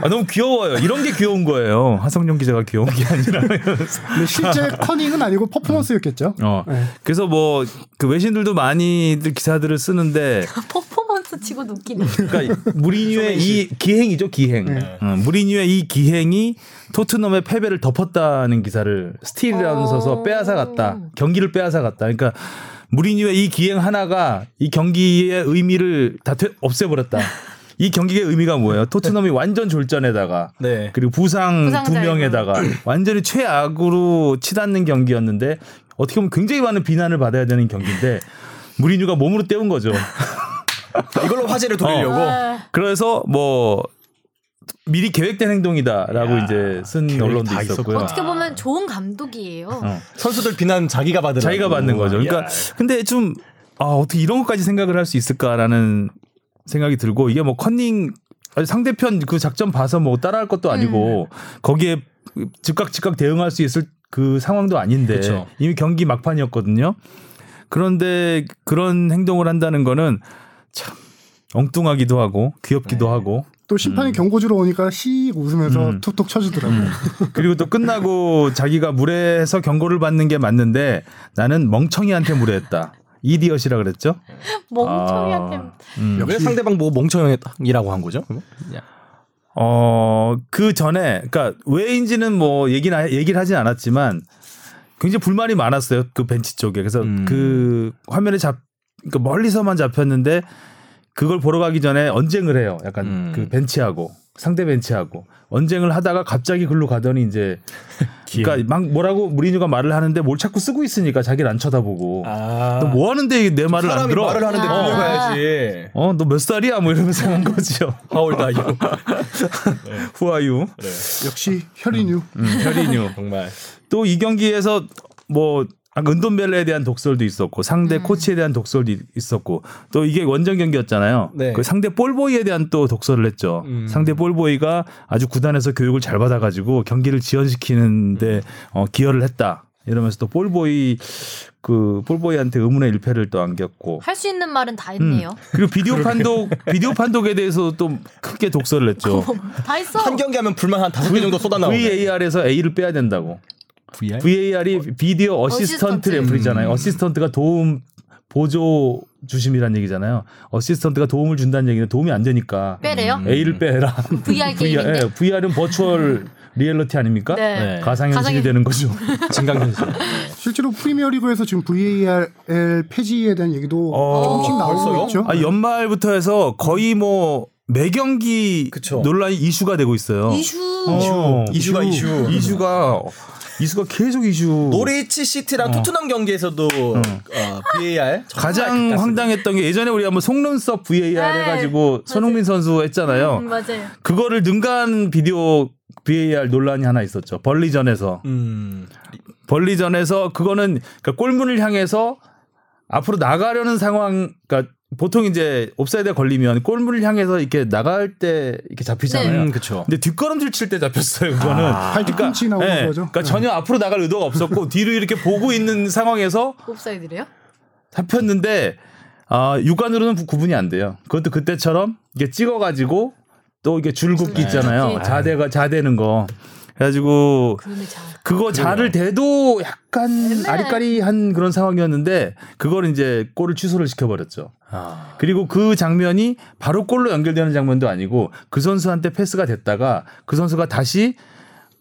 아, 너무 귀여워요. 이런 게 귀여운 거예요. 하성룡 기자가 귀여운 게 아니라. 근데 실제 커닝은 아니고 퍼포먼스였겠죠. 어. 네. 그래서 뭐 그 외신들도 많이들 기사들을 쓰는데 [LAUGHS] 퍼포먼스 치고 웃기네. [LAUGHS] 그러니까 무리뉴의 이 기행이죠 기행. 어, 무리뉴의 이 기행이 토트넘의 패배를 덮었다는 기사를 스틸이라는 어. 써서 빼앗아 갔다. 경기를 빼앗아 갔다. 그러니까 무리뉴의 이 기행 하나가 이 경기의 의미를 다 퇴- 없애버렸다. 이 경기의 의미가 뭐예요? 토트넘이 완전 졸전에다가 네. 그리고 네. 부상 두 부상자 명에다가 완전히 최악으로 치닫는 경기였는데 어떻게 보면 굉장히 많은 비난을 받아야 되는 경기인데 무리뉴가 몸으로 때운 거죠. 그, 이걸로 화제를 돌리려고. 아, 그래서 뭐 미리 계획된 행동이다라고 야, 이제 쓴 계획이 언론도 다 있었고요. 어, 있었구나. 어떻게 보면 좋은 감독이에요. 음. 선수들 비난 자기가 받으라. 자기가 받는 거죠. 그러니까 근데 좀 아, 어떻게 이런 것까지 생각을 할 수 있을까라는 생각이 들고 이게 뭐 컨닝 아니, 상대편 그 작전 봐서 뭐 따라할 것도 아니고 음. 거기에 즉각 즉각 대응할 수 있을 그 상황도 아닌데 그쵸. 이미 경기 막판이었거든요. 그런데 그런 행동을 한다는 거는 참 엉뚱하기도 하고 귀엽기도 네. 하고 또 심판이 음. 경고 주러 오니까 씩 웃으면서 툭툭 쳐주더라고요. 그리고 또 끝나고 자기가 무례해서 경고를 받는 게 맞는데 나는 멍청이한테 무례했다. 이디엇이라 그랬죠? 멍청이한테 아, 음. 왜 상대방 뭐 멍청이라고 한 거죠? 그러면? 어, 그 전에, 그니까 왜인지는 뭐 얘기는, 하- 얘기를 하진 않았지만 굉장히 불만이 많았어요. 그 벤치 쪽에. 그래서 음. 그 화면에 잡, 그러니까 멀리서만 잡혔는데 그걸 보러 가기 전에 언쟁을 해요. 약간 음. 그 벤치하고 상대 벤치하고 언쟁을 하다가 갑자기 글로 가더니 [LAUGHS] 이제 그러니까 막 뭐라고 무리뉴가 말을 하는데 뭘 자꾸 쓰고 있으니까 자기를 안 쳐다보고 아. 너 뭐 하는데 내 말을 안 사람이 들어? 말을 하는데 아. 들려가야지. 어, 너 몇 살이야? 뭐 이러면서 한 거죠. 하울 다이오. [LAUGHS] 후아유. [LAUGHS] 역시 혈인유. 음. 음. 혈이뉴. 정말. 또 이 경기에서 뭐 아까 은돈벨레에 대한 독설도 있었고 상대 코치에 대한 독설도 이- 있었고 또 이게 원정 경기였잖아요. 네. 그 상대 볼보이에 대한 또 독설을 했죠. 음. 상대 볼보이가 아주 구단에서 교육을 잘 받아가지고 경기를 지연시키는데 어, 기여를 했다. 이러면서 또 볼보이 그 볼보이한테 의문의 일패를 또 안겼고 할 수 있는 말은 다 음. 했네요. 그리고 비디오 판독 비디오 판독에 대해서 또 크게 독설을 했죠. [LAUGHS] 다 했어. 한 경기 하면 불만 한 다섯 개 정도 쏟아나오네. VAR에서 A를 빼야 된다고. VR? VAR이 비디오 네. 어시스턴트 어시스턴트. 레프리잖아요. 어시스턴트가 도움 보조 주심이란 얘기잖아요. 어시스턴트가 도움을 준다는 얘기는 도움이 안 되니까 빼래요? 음. A를 [LAUGHS] 빼라. 예, VR 게임인데. VR은 버추얼 리얼리티 아닙니까? 네. 네. 가상현실. 가상현실이 되는 거죠. 진강현실. 실제로 프리미어리그에서 지금 VAR 폐지에 대한 얘기도 어, 조금씩 벌써요? 나오고 있죠. [LAUGHS] 아, 연말부터 해서 거의 뭐 매경기 그쵸. 논란이 이슈가 되고 있어요. 이슈. 어. 이슈가 이슈. 이슈가 이슈가 계속 이슈. 노리치 시티랑 토트넘 경기에서도 어, VAR 가장 황당했던 게 예전에 우리 한번 속눈썹 VAR 네. 해가지고 손흥민 선수 했잖아요. 음, 맞아요. 그거를 능가한 비디오 VAR 논란이 하나 있었죠. 벌리전에서 음. 벌리전에서 그거는 그러니까 골문을 향해서 앞으로 나가려는 상황, 그러니까 보통 이제 옵사이드에 걸리면 골문을 향해서 이렇게 나갈 때 이렇게 잡히잖아요. 음, 네. 그쵸. 근데 뒷걸음질 칠 때 잡혔어요. 아, 그거는. 팔 뒤꿈치 나오는 예, 거죠. 그러니까 전혀 앞으로 나갈 의도가 없었고 뒤로 이렇게 보고 있는 상황에서 옵사이드래요? 잡혔는데 아 육안으로는 구- 구분이 안 돼요. 그것도 그때처럼 이게 찍어가지고 또 이게 줄긋기 있잖아요. 줄긋기. 자대가 자대는 거. 그래가지고 그런데 잘. 그거 자를 대도 약간 아리까리한 그런 상황이었는데 그걸 이제 골을 취소를 시켜버렸죠. 아. 그리고 그 장면이 바로 골로 연결되는 장면도 아니고 그 선수한테 패스가 됐다가 그 선수가 다시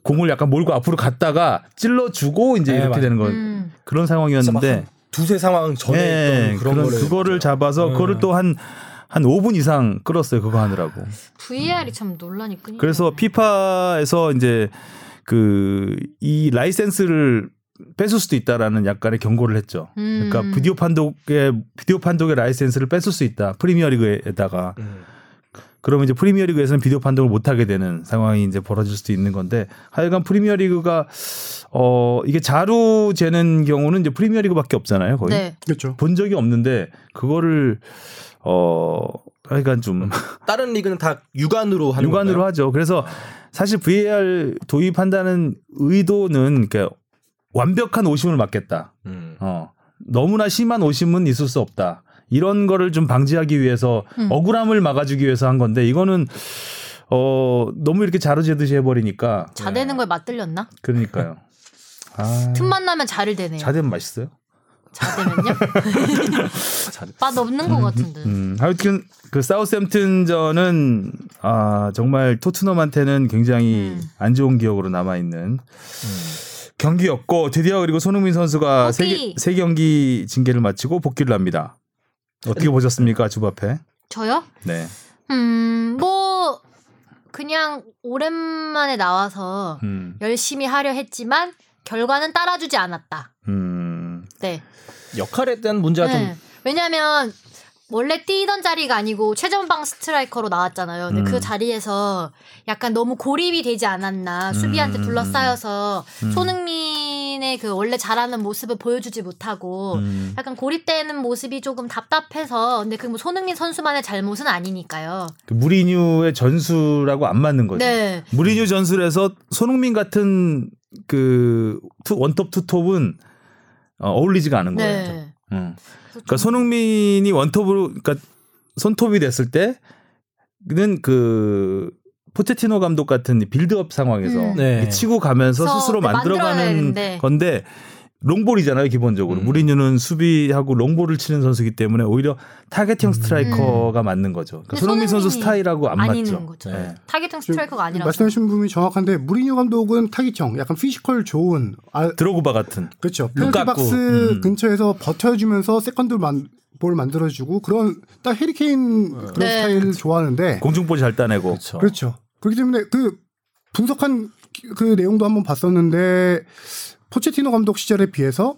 공을 약간 몰고 앞으로 갔다가 찔러주고 이제 네, 이렇게 맞- 되는 건 음. 그런 상황이었는데 두세 상황 전에 예, 있던 그런 거를 예. 그거를 잡아서 그거를 또 한 한 5분 이상 끌었어요. 그거 하느라고. VR이 참 논란이 끊이. 그래서 피파에서 이제 그 이 라이센스를 뺏을 수도 있다라는 약간의 경고를 했죠. 음. 그러니까 비디오 판독의 비디오 판독의 라이센스를 뺏을 수 있다. 프리미어리그에다가 음. 그러면 이제 프리미어리그에서는 비디오 판독을 못 하게 되는 상황이 이제 벌어질 수도 있는 건데 하여간 프리미어리그가 어 이게 자루 재는 경우는 이제 프리미어리그밖에 없잖아요. 거의 네. 그렇죠. 본 적이 없는데 그거를 어 하여간 좀 다른 리그는 음, 다 육안으로 하는 육안으로 건가요? 하죠. 그래서 사실 VAR 도입한다는 의도는 그러니까 완벽한 오심을 막겠다. 음. 어. 너무나 심한 오심은 있을 수 없다. 이런 거를 좀 방지하기 위해서 음. 억울함을 막아주기 위해서 한 건데 이거는 어 너무 이렇게 자루재듯이 해버리니까 자대는 걸 맞들렸나? 그러니까요. 아, 틈만 나면 자를 대네요. 네. 자대면 맛있어요. [LAUGHS] 자대면요? 맛 없는 것 같은데. 음, 하여튼 그 사우스햄튼전은 아 정말 토트넘한테는 굉장히 음. 안 좋은 기억으로 남아 있는 경기였고 드디어 그리고 손흥민 선수가 세, 복귀! 개- 세 경기 징계를 마치고 복귀를 합니다. 어떻게 음. 보셨습니까, 주바페? 저요? 네. 음, 뭐 그냥 오랜만에 나와서 음. 열심히 하려 했지만 결과는 따라주지 않았다. 음. 네. 역할에 대한 문제가 네. 왜냐하면 원래 뛰던 자리가 아니고 최전방 스트라이커로 나왔잖아요. 근데 음. 그 자리에서 약간 너무 고립이 되지 않았나 수비한테 음. 둘러싸여서 손흥민의 그 원래 잘하는 모습을 보여주지 못하고 음. 약간 고립되는 모습이 조금 답답해서 근데 그뭐 손흥민 선수만의 잘못은 아니니까요. 그 무리뉴의 전술하고 안 맞는 거죠. 네. 무리뉴 전술에서 손흥민 같은 그 투, 원톱 투톱은 어, 어울리지가 않은 거예요. 네. 음. 그래서 그러니까 손흥민이 원톱으로 그러니까 손톱이 됐을 때는 그 포체티노 감독 같은 이 빌드업 상황에서 음. 네. 이렇게 치고 가면서 그래서 네, 스스로 만들어야 만들어가는 되는데. 건데 롱볼이잖아요 기본적으로 음. 무리뉴는 수비하고 롱볼을 치는 선수이기 때문에 오히려 음. 타겟형 스트라이커가 맞는 거죠. 그러니까 근데 손흥민 선수 손흥민이 스타일하고 안 아니는 맞죠. 거죠. 네. 타겟팅 스트라이커가 아니라 말씀하신 부분이 정확한데 무리뉴 감독은 타깃형, 약간 피지컬 좋은, 아, 드로그바 같은 그렇죠. 페널티 깎고. 박스 음. 근처에서 버텨주면서 세컨드 만, 볼 만들어주고 그런 딱 해리케인 그런 네. 스타일 좋아하는데 공중볼 잘 따내고 좀 그렇죠. 그렇죠. 그렇기 때문에 그 분석한 그 내용도 한번 봤었는데 포체티노 감독 시절에 비해서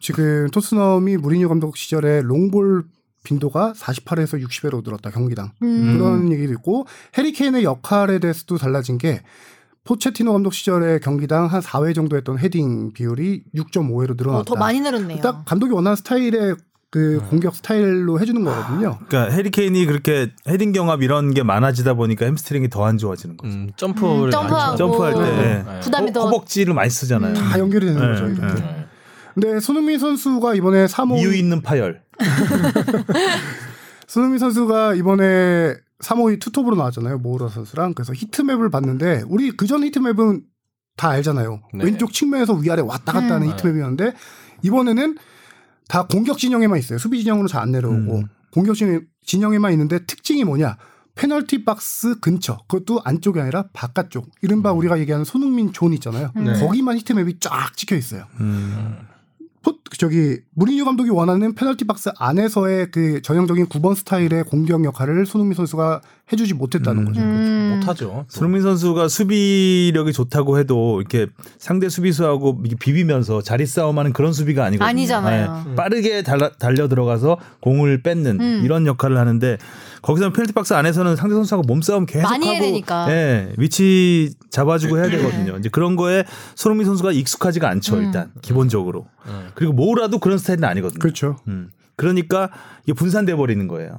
지금 토트넘이 무리뉴 감독 시절에 롱볼 빈도가 48에서 60회로 늘었다 경기당 음. 그런 얘기도 있고 해리케인의 역할에 대해서도 달라진 게 포체티노 감독 시절에 경기당 한 4회 정도 했던 헤딩 비율이 6.5회로 늘어났다. 어, 더 많이 늘었네요. 네. 딱 감독이 원하는 스타일의 그 공격 스타일로 해주는 거거든요. 아. 그러니까 해리케인이 그렇게 헤딩 경합 이런 게 많아지다 보니까 햄스트링이 더 안 좋아지는 거죠. 음, 점프를 음, 점프하고. 많이 쳐요. 점프할 때 네. 네. 부담이 허- 더- 음. 허벅지를 많이 쓰잖아요. 다 연결이 되는 네, 거죠. 이렇게. 네. 네. 근데 손흥민 선수가 이번에 뭐 3호 이유 있는 파열. 손흥민 선수가 이번에 3호위 투톱으로 나왔잖아요. 모우라 선수랑. 그래서 히트맵을 봤는데 우리 그전 히트맵은 다 알잖아요. 네. 왼쪽 측면에서 위아래 왔다 갔다 하는 음. 히트맵이었는데 이번에는 다 공격 진영에만 있어요. 수비 진영으로 잘 안 내려오고 음. 공격 진- 진영에만 있는데 특징이 뭐냐? 페널티 박스 근처 그것도 안쪽이 아니라 바깥쪽 이른바 음. 우리가 얘기하는 손흥민 존 있잖아요 네. 거기만 히트맵이 쫙 찍혀 있어요 음. 포- 저기 무리뉴 감독이 원하는 페널티 박스 안에서의 그 전형적인 9번 스타일의 공격 역할을 손흥민 선수가 해주지 못했다는 음. 거죠. 음. 못하죠. 손흥민 선수가 수비력이 좋다고 해도 이렇게 상대 수비수하고 이렇게 비비면서 자리 싸움하는 그런 수비가 아니거든요. 아니잖아요. 네. 빠르게 달라- 달려 들어가서 공을 뺏는 음. 이런 역할을 하는데 거기서 페널티 박스 안에서는 상대 선수하고 몸싸움 계속 많이 해야 하고 되니까. 예, 위치 잡아주고 해야 되거든요. 이제 그런 거에 손흥민 선수가 익숙하지가 않죠 음. 일단 기본적으로. 그리고 뭐라도 그런 스타일은 아니거든요. 그렇죠. 음. 그러니까 이게 분산돼 버리는 거예요.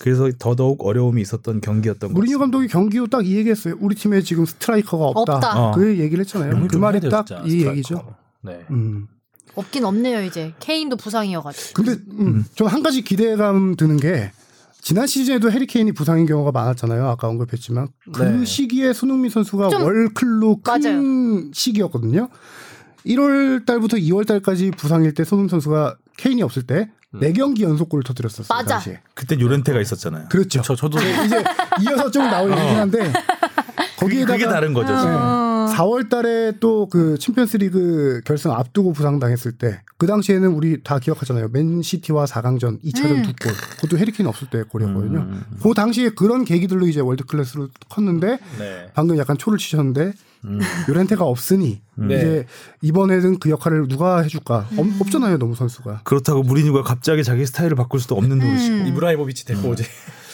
그래서 더더욱 어려움이 있었던 경기였던 무리뉴 거죠. 감독이 경기 후 딱 이 얘기했어요. 우리 팀에 지금 스트라이커가 없다. 없다. 어. 그 얘기를 했잖아요. 그 음, 말이 딱 이 얘기죠. 네. 음. 없긴 없네요 이제 케인도 부상이어가지고. 근데 음, 저한 가지 기대감 드는 게 지난 시즌에도 해리케인이 부상인 경우가 많았잖아요. 아까 언급했지만 그 네. 시기에 손흥민 선수가 좀- 월클로 큰 맞아요. 시기였거든요. 1월 달부터 2월 달까지 부상일 때 손흥민 선수가 케인이 없을 때 4경기 연속골을 터뜨렸었어요. 맞아. 당시에. 그때 요렌테가 있었잖아요. 그렇죠. 저 저도 이제 이어서 좀 나올 얘기긴 한데 그게 거기에다가 아. 다른 거죠. 지금. 어. 4월 달에 또 그 챔피언스 리그 결승 앞두고 부상당했을 때 그 당시에는 우리 다 기억하잖아요. 맨시티와 4강전 2차전 음. 두 골. 그것도 해리케인 없을 때 음, 골이었거든요. 그 당시에 그런 계기들로 이제 월드 클래스로 컸는데 네. 방금 약간 초를 치셨는데 음. 요렌테가 없으니 네. 이제 이번에는 그 역할을 누가 해줄까? 음. 없- 없잖아요, 너무 선수가. 그렇다고 무리뉴가 갑자기 자기 스타일을 바꿀 수도 없는 노릇이고 음. 이브라이모비치 데리고 오지.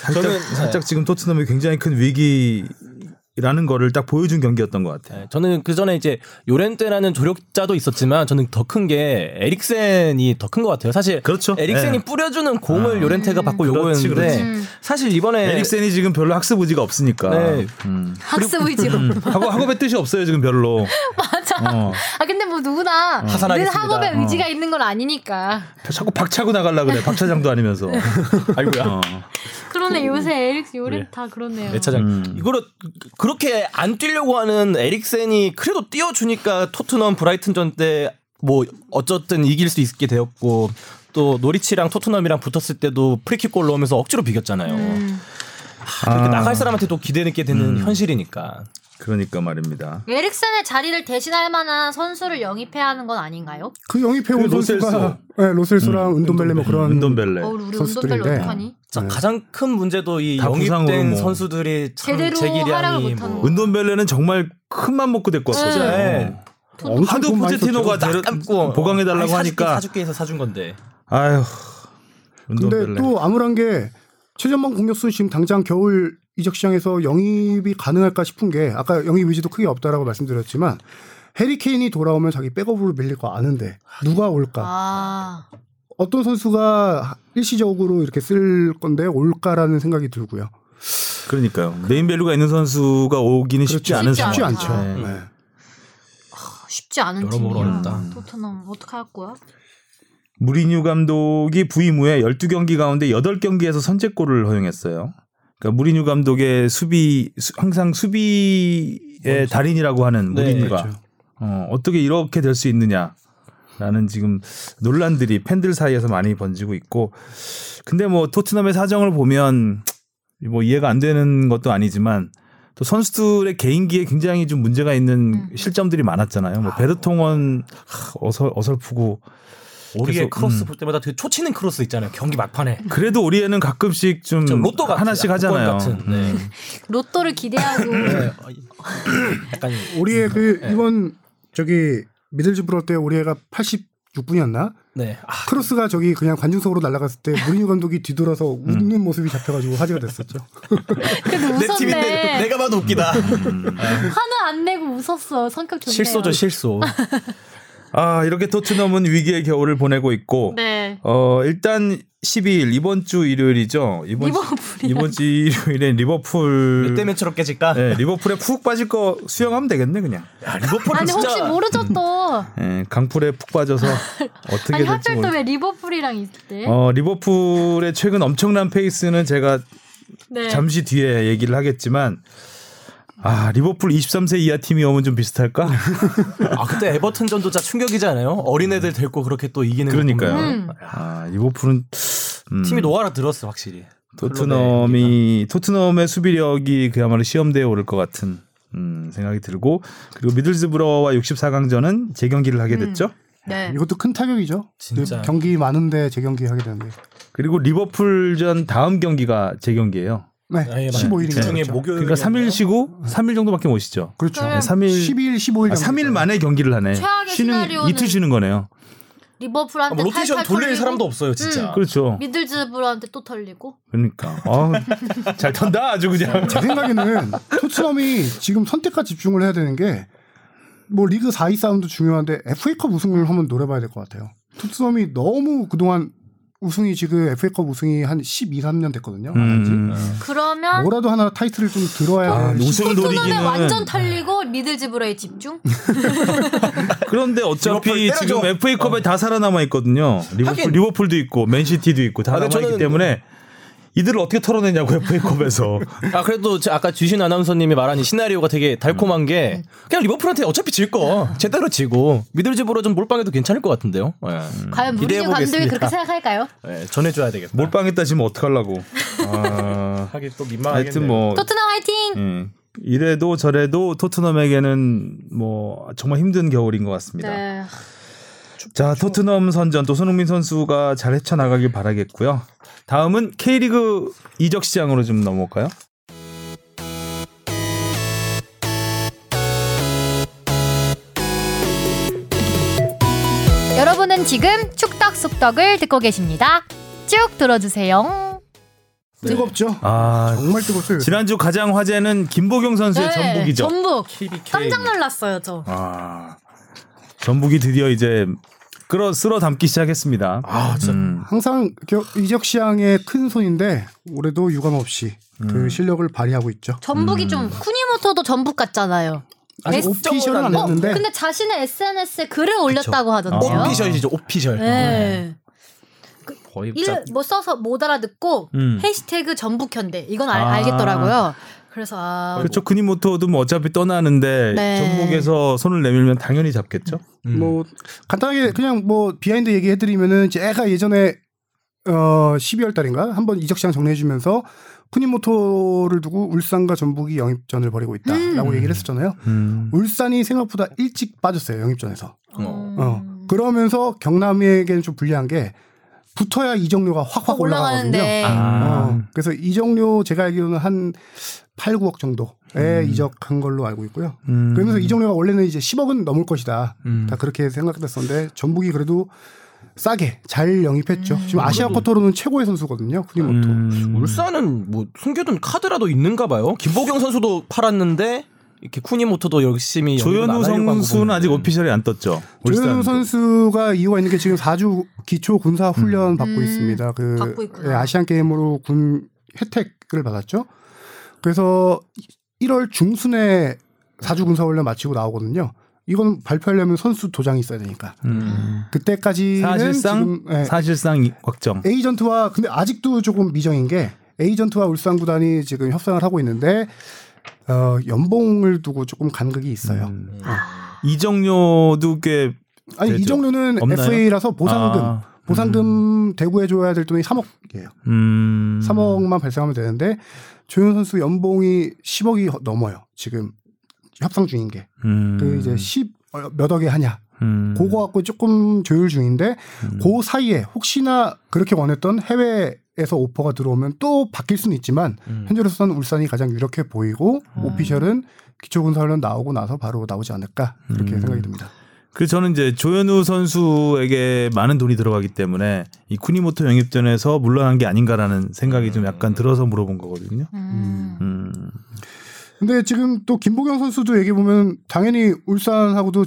살짝, 저는, 살짝 지금 토트넘이 굉장히 큰 위기라는 거를 딱 보여준 경기였던 것 같아요. 네, 저는 그 전에 이제 요렌테라는 조력자도 있었지만 저는 더 큰 게 에릭센이 더 큰 것 같아요. 사실 그렇죠. 에릭센이 네. 뿌려주는 공을 요렌테가 받고 그렇지, 요거였는데 그렇지. 음. 사실 이번에 에릭센이 지금 별로 학습 의지가 없으니까 네. 음. 학습 의지로. [LAUGHS] 학업 학업의 뜻이 없어요 지금 별로. 맞아. 아 근데 뭐 누구나 늘 어. 음. 하산하겠습니다. 어. 학업에 의지가 있는 건 아니니까. 자꾸 박차고 나가려 그래. 박 차장도 아니면서. 아이고야. [LAUGHS] 어. 그러네 요새 에릭스 예. 요렌 다 그렇네요. 내 차장 음. 이거를 그렇게 안 뛰려고 하는 에릭센이 그래도 뛰어주니까 토트넘 브라이튼전 때 뭐 어쨌든 이길 수 있게 되었고 또 노리치랑 토트넘이랑 붙었을 때도 프리킥골 넣으면서 억지로 비겼잖아요. 음. 하, 아. 그렇게 나갈 사람한테 또 기대게 음. 되는 현실이니까. 그러니까 말입니다. 에릭슨의 자리를 대신할 만한 선수를 영입해야 하는 건 아닌가요? 그 영입해온 그 로셀소. 선수가 네, 로셀소랑 은돈벨레 뭐 그런 음, 네, 은돈벨레. 어, 우리 선수들인데. 운동별 어떡하니? 자, 가장 큰 문제도 네. 이다 부상으로 영입된 뭐. 선수들이 참 제대로 활약을 재기량이 못하는 뭐 거. 은돈벨레는 정말 큰맘 먹고 데리고 왔어요. 진짜. 네. 엄청 하도 돈 많이 포체티노가 썼죠. 데려- 깎고 보강해달라고 아니, 사줄게, 하니까. 사줄게 해서 사준 건데. 아휴. 근데 은돈벨레. 또 암울한 게 최전방 공격수 지금 당장 겨울 이적 시장에서 영입이 가능할까 싶은 게 아까 영입 의지도 크게 없다라고 말씀드렸지만 해리 케인이 돌아오면 자기 백업으로 밀릴 거 아는데 누가 올까? 아, 어떤 선수가 일시적으로 이렇게 쓸 건데 올까라는 생각이 들고요. 그러니까요. 네임밸류가 있는 선수가 오기는 쉽지 않은 쉽지 상황. 그렇죠. 쉽지 않다. 않죠. 네. 네. 아, 쉽지 않은 여러모로 팀이야. 어렵다. 토트넘 어떻게 할 거야? 무리뉴 감독이 부임 후에 12경기 가운데 8경기에서 선제골을 허용했어요. 그러니까 무리뉴 감독의 수비 수- 항상 수비의 달인이라고 하는 네, 무리뉴가 그렇죠. 어, 어떻게 이렇게 될 수 있느냐라는 지금 논란들이 팬들 사이에서 많이 번지고 있고 근데 뭐 토트넘의 사정을 보면 뭐 이해가 안 되는 것도 아니지만 또 선수들의 개인기에 굉장히 좀 문제가 있는 음. 실점들이 많았잖아요. 뭐 베르통원 하, 어설 어설프고 오리에 그래서, 크로스 음. 볼 때마다 그 초치는 크로스 있잖아요. 경기 막판에. 그래도 우리에는 가끔씩 좀 좀 로또 같은 하나씩 복권 하잖아요. 음. 같은, 네. 로또를 [LAUGHS] 기대하고 네. 어, 이- 약간 음. 우리의 그 네. 이번 저기 미들즈브러 때 우리가 86분이었나? 네. 아, 크로스가 저기 그냥 관중석으로 날아갔을 때 무리뉴 감독이 뒤돌아서 웃는 음. 모습이 잡혀가지고 화제가 됐었죠. 그래도 웃었네. 봐도 웃기다. 음. 화는 안 내고 웃었어. 성격 좋네요. 뭐- 실소죠 음. 실소. 아 이렇게 토트넘은 위기의 겨울을 보내고 있고 네. 어 일단 12일 이번 주 일요일이죠. 이번 주- 리버풀이랑- 이번 주 일요일에 리버풀 몇대몇처럼 깨질까? 네, 리버풀에 푹 빠질 거 수영하면 되겠네 그냥. 야, 리버풀 아니 혹시 모르죠 또. 예, 강풀에 푹 [LAUGHS] 빠져서 어떻게 아니 될지 하필 또 모르. 왜 리버풀이랑 있대? 어 리버풀의 최근 엄청난 페이스는 제가 네. 잠시 뒤에 얘기를 하겠지만 아 리버풀 23세 이하 팀이 오면 좀 [LAUGHS] 비슷할까? 아 그때 에버튼 전도 진짜 충격이잖아요. 어린애들 데리고 그렇게 또 이기는 거 음. 그러니까요. 음. 보면. 아 리버풀은 음, 팀이 노아라 들었어 확실히. 토트넘이 토트넘의 수비력이 그야말로 시험대에 오를 것 같은 음, 생각이 들고 그리고 미들스브러와 64강전은 재경기를 하게 됐죠. 네. 아, 이것도 큰 타격이죠. 진짜. 경기 많은데 재경기 하게 되는데. 그리고 리버풀전 다음 경기가 재경기예요. 네, 그렇죠. 아, 예, 맞아요. 15일인가. 주중에 목요일 그러니까 3일 쉬고 3일 정도밖에 못 쉬죠. 그렇죠. 음. 네, 3일 12일, 15일. 아, 3일 만에 경기를 하네. 최악의 쉬는 시나리오는- 이틀 쉬는 거네요. 아, 리버풀한테 뭐 로테이션 탈탈 돌릴 털리고, 사람도 없어요 진짜. 그렇죠. 아, 미들즈브로한테 또 털리고. 그러니까 아, 잘 턴다 아주 그냥. 제 생각에는 토트넘이 지금 선택과 집중을 해야 되는 게 뭐 리그 4위 싸움도 중요한데 FA컵 우승을 한번 노려봐야 될 것 같아요. 토트넘이 너무 그동안 우승이 지금 FA컵 우승이 한 12, 3년 됐거든요. 네. 안 한지. 음, 그러면 뭐라도 하나 타이틀을 좀 들어야 아, 할 우승을 토트넘에 노리기는 네. 완전 털리고 미들즈브로에 집중. 그런데 어차피 리버풀 때려줘. 지금 FA컵에 다 살아남아 있거든요. 하긴. 리버풀, 리버풀도 있고 맨시티도 있고 다 아, 근데 남아 있기 저는- 때문에 이들을 어떻게 털어내냐고 [LAUGHS] FA컵에서. 아 그래도 저 아까 주신 아나운서님이 말한 이 시나리오가 되게 달콤한 게 그냥 리버풀한테 어차피 질 거 제대로 지고 미들즈브로 좀 몰빵해도 괜찮을 것 같은데요. 음. 예. 과연 무리뉴 감독이 기대해보겠습니다. 그렇게 생각할까요? 예, 전해줘야 되겠다. 뭐 몰빵했다 지금 어떡하려고. 아, 하긴 또 민망하겠네. 하여튼 뭐 토트넘 화이팅! 예. 이래도 저래도 토트넘에게는 뭐 정말 힘든 겨울인 것 같습니다. 네. 자, 토트넘 선전 또 손흥민 선수가 잘 헤쳐나가길 바라겠고요. 다음은 K리그 이적 시장으로 좀 넘어올까요? 네. 여러분은 지금 축덕 속덕을 듣고 계십니다. 쭉 들어주세요. 뜨겁죠? 아, 정말 뜨겁죠. 지난주 가장 화제는 김보경 선수의 전북이죠. 네. 전북. KBK. 깜짝 놀랐어요, 저. 아, 전북이 드디어 이제 끌어 쓸어 담기 시작했습니다. 아, 진짜. 음, 항상 겨- 이적 시장의 큰 손인데 올해도 유감없이 음. 그 실력을 발휘하고 있죠. 전북이 좀 쿠니모토도 전북 같잖아요. 아직 베스트 오피셜은 안 어, 했는데 아, 근데 자신의 SNS에 글을 올렸다고 하던데요. 어. 오피셜이죠, 오피셜. 음. 네. 거의 자- 일뭐 써서 못 알아듣고 음. 해시태그 전북 현대 이건 알, 아. 알겠더라고요. 그래서 아, 그렇죠. 그니모토도 뭐 어차피 떠나는데 네. 전북에서 손을 내밀면 당연히 잡겠죠. 음. 뭐 간단하게 그냥 뭐 비하인드 얘기해드리면은 제가 예전에 어 12월 달인가 한번 이적 시장 정리해주면서 쿠니모토를 두고 울산과 전북이 영입전을 벌이고 있다라고 얘기를 했었잖아요. 음. 음. 울산이 생각보다 일찍 빠졌어요 영입전에서. 어. 음, 어. 그러면서 경남에게는 좀 불리한 게 붙어야 이적료가 확확 올라가거든요. 올라가는데 아. 어, 그래서 이적료 제가 알기로는 한 8, 9억 정도에 이적한 걸로 알고 있고요. 음. 그러면서 이적료가 원래는 이제 10억은 넘을 것이다. 음. 다 그렇게 생각했었는데 전북이 그래도 싸게 잘 영입했죠. 음. 지금 아시아 쿼터로는 최고의 선수거든요. 음. 쿠니모토. 음. 울산은 뭐 숨겨둔 카드라도 있는가 봐요. 김보경 선수도 팔았는데 이렇게 쿠니모토도 열심히 조현우 선수는 아직 오피 오피셜이 안 떴죠. 조현우 울산도. 선수가 이유가 있는 게 지금 4주 기초 군사 훈련 받고 음, 있습니다. 그 받고 있구나. 예, 아시안 게임으로 군 혜택을 받았죠. 그래서 1월 중순에 4주 군사 훈련 마치고 나오거든요. 이건 발표하려면 선수 도장이 있어야 되니까. 음. 그때까지는 사실상 지금 예, 사실상 이- 확정. 에이전트와 근데 아직도 조금 미정인 게 에이전트와 울산 구단이 지금 협상을 하고 있는데 어, 연봉을 두고 조금 간극이 있어요. 음, 음. 이정료도 꽤 아니 되죠. 이정료는 없나요? FA라서 보상금 아, 보상금 대구에 줘야 될 돈이 3억이에요. 음. 3억만 발생하면 되는데 조현 선수 연봉이 10억이 넘어요. 지금 협상 중인 게. 음. 그 이제 10몇 억에 하냐. 음. 그거 갖고 조금 조율 중인데 그 사이에 혹시나 그렇게 원했던 해외에서 오퍼가 들어오면 또 바뀔 수는 있지만 현재로서는 울산이 가장 유력해 보이고 오피셜은 기초군사훈련 나오고 나서 바로 나오지 않을까 그렇게 생각이 듭니다. 그래서 저는 이제 조현우 선수에게 많은 돈이 들어가기 때문에 이 쿠니모토 영입전에서 물러난 게 아닌가라는 생각이 좀 약간 들어서 물어본 거거든요. 음. 음. 근데 지금 또 김보경 선수도 얘기해 보면 당연히 울산하고도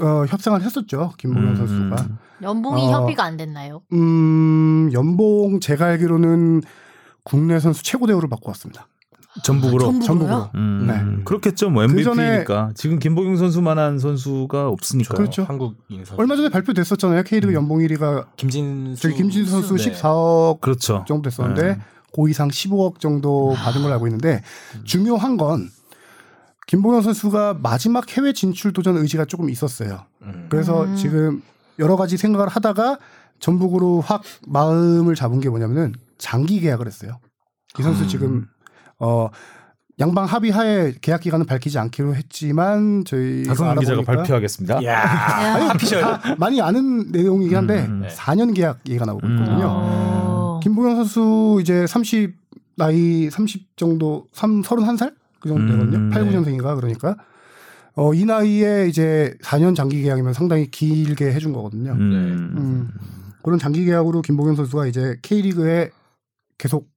어, 협상을 했었죠. 김보경 음. 선수가. 연봉이 어. 협의가 안 됐나요? 음, 연봉 제가 알기로는 국내 선수 최고 대우를 받고 왔습니다. 전북으로. 아, 전북으로요? 전북으로. 음, 네. 그렇겠죠. 뭐 그 전에- MVP니까 지금 김보경 선수만한 선수가 없으니까. 그렇죠. 한국 인사 얼마 전에 발표됐었잖아요. K리그 연봉 1위가 김진수 저기 김진수 선수 네. 14억 그렇죠. 정도 됐었는데 네. 고 이상 15억 정도 받은 걸로 알고 있는데 중요한 건 김보경 선수가 마지막 해외 진출 도전 의지가 조금 있었어요. 음. 그래서 음. 지금 여러 가지 생각을 하다가 전북으로 확 마음을 잡은 게 뭐냐면은 장기 계약을 했어요. 음. 이 선수 지금 어 양방 합의하에 계약 기간은 밝히지 않기로 했지만 저희 다성민 기자가 예. 발표하겠습니다. 아, 야. 야. [LAUGHS] 많이 아는 내용이긴 한데 음, 네. 4년 계약 얘기가 나오고 음. 있거든요. 어. 김보경 선수 이제 30 나이 30 정도 3 31살 그 정도 음, 되거든요. 네. 8, 9년생인가 그러니까 어 이 나이에 이제 4년 장기 계약이면 상당히 길게 해준 거거든요. 음. 음. 그런 장기 계약으로 김보경 선수가 이제 K리그에 계속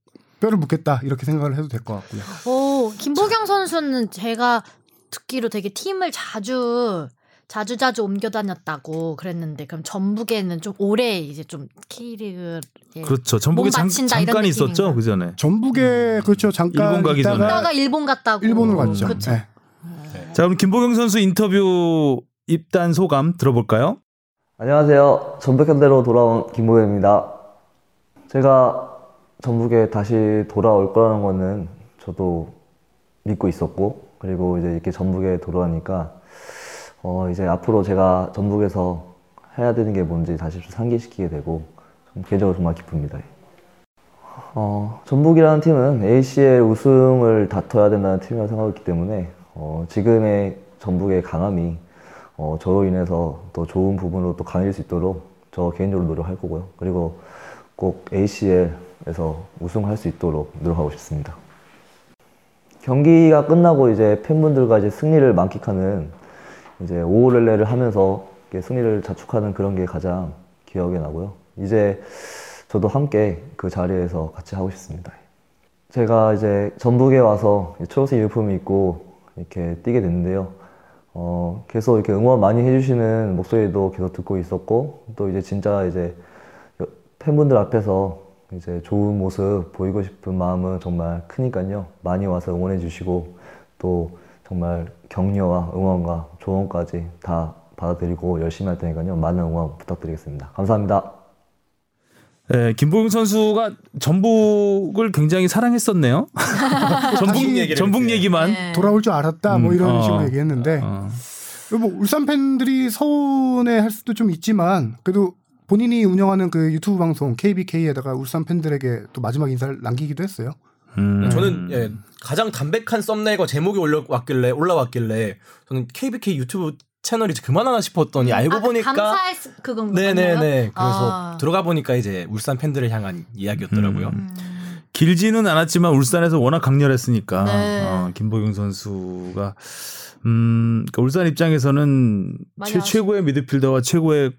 뼈를 묻겠다 이렇게 생각을 해도 될 것 같고요. 오, 어, 김보경 선수는 제가 듣기로 되게 팀을 자주 자주 자주 옮겨 다녔다고 그랬는데 그럼 전북에는 좀 오래 이제 좀 K리그에 그렇죠. 전북에 몸 잠, 바친다 이런 잠깐 있었죠 느낌인가요? 그 전에. 전북에 그렇죠 음. 잠깐 일본 가기 있다가 있다가 일본 갔다고 일본으로 갔죠. 음, 그쵸. 네. 자 그럼 김보경 선수 인터뷰 입단 소감 들어볼까요? 안녕하세요. 전북현대로 돌아온 김보현입니다. 제가 전북에 다시 돌아올 거라는 거는 저도 믿고 있었고, 그리고 이제 이렇게 전북에 돌아오니까, 어, 이제 앞으로 제가 전북에서 해야 되는 게 뭔지 다시 좀 상기시키게 되고, 좀 개인적으로 정말 기쁩니다. 어, 전북이라는 팀은 ACL 우승을 다퉈야 된다는 팀이라고 생각했기 때문에 어, 지금의 전북의 강함이 어, 저로 인해서 더 좋은 부분으로 또 강해질 수 있도록 저 개인적으로 노력할 거고요. 그리고 꼭 ACL에서 우승할 수 있도록 노력하고 싶습니다. 경기가 끝나고 이제 팬분들과 이제 승리를 만끽하는 이제 오호렐레를 하면서 이렇게 승리를 자축하는 그런 게 가장 기억에 나고요. 이제 저도 함께 그 자리에서 같이 하고 싶습니다. 제가 이제 전북에 와서 초록색 유니폼을 입고 이렇게 뛰게 됐는데요. 어, 계속 이렇게 응원 많이 해주시는 목소리도 계속 듣고 있었고, 또 이제 진짜 이제 팬분들 앞에서 이제 좋은 모습 보이고 싶은 마음은 정말 크니까요. 많이 와서 응원해 주시고, 또 정말 격려와 응원과 조언까지 다 받아들이고 열심히 할 테니까요. 많은 응원 부탁드리겠습니다. 감사합니다. 네, 김보경 선수가 전북을 굉장히 사랑했었네요. 전북 다시 얘기 얘기를 전북 해주세요. 얘기만. 네. 돌아올 줄 알았다 뭐 음, 이런 어. 식으로 얘기했는데 어. 뭐 울산 팬들이 서운해할 수도 좀 있지만 그래도 본인이 운영하는 그 유튜브 방송 KBK에다가 울산 팬들에게 또 마지막 인사를 남기기도 했어요. 음. 저는 예, 가장 담백한 썸네일과 제목이 올라왔길래 올라왔길래 저는 KBK 유튜브 채널이 이제 그만하나 싶었더니 알고 아, 그 보니까 감사할 수- 그건 네네네 맞나요? 그래서 아. 들어가 보니까 이제 울산 팬들을 향한 이야기였더라고요. 음. 길지는 않았지만 울산에서 워낙 강렬했으니까 네. 어, 김보경 선수가 음, 그러니까 울산 입장에서는 많이 최, 아쉽- 최고의 미드필더와 최고의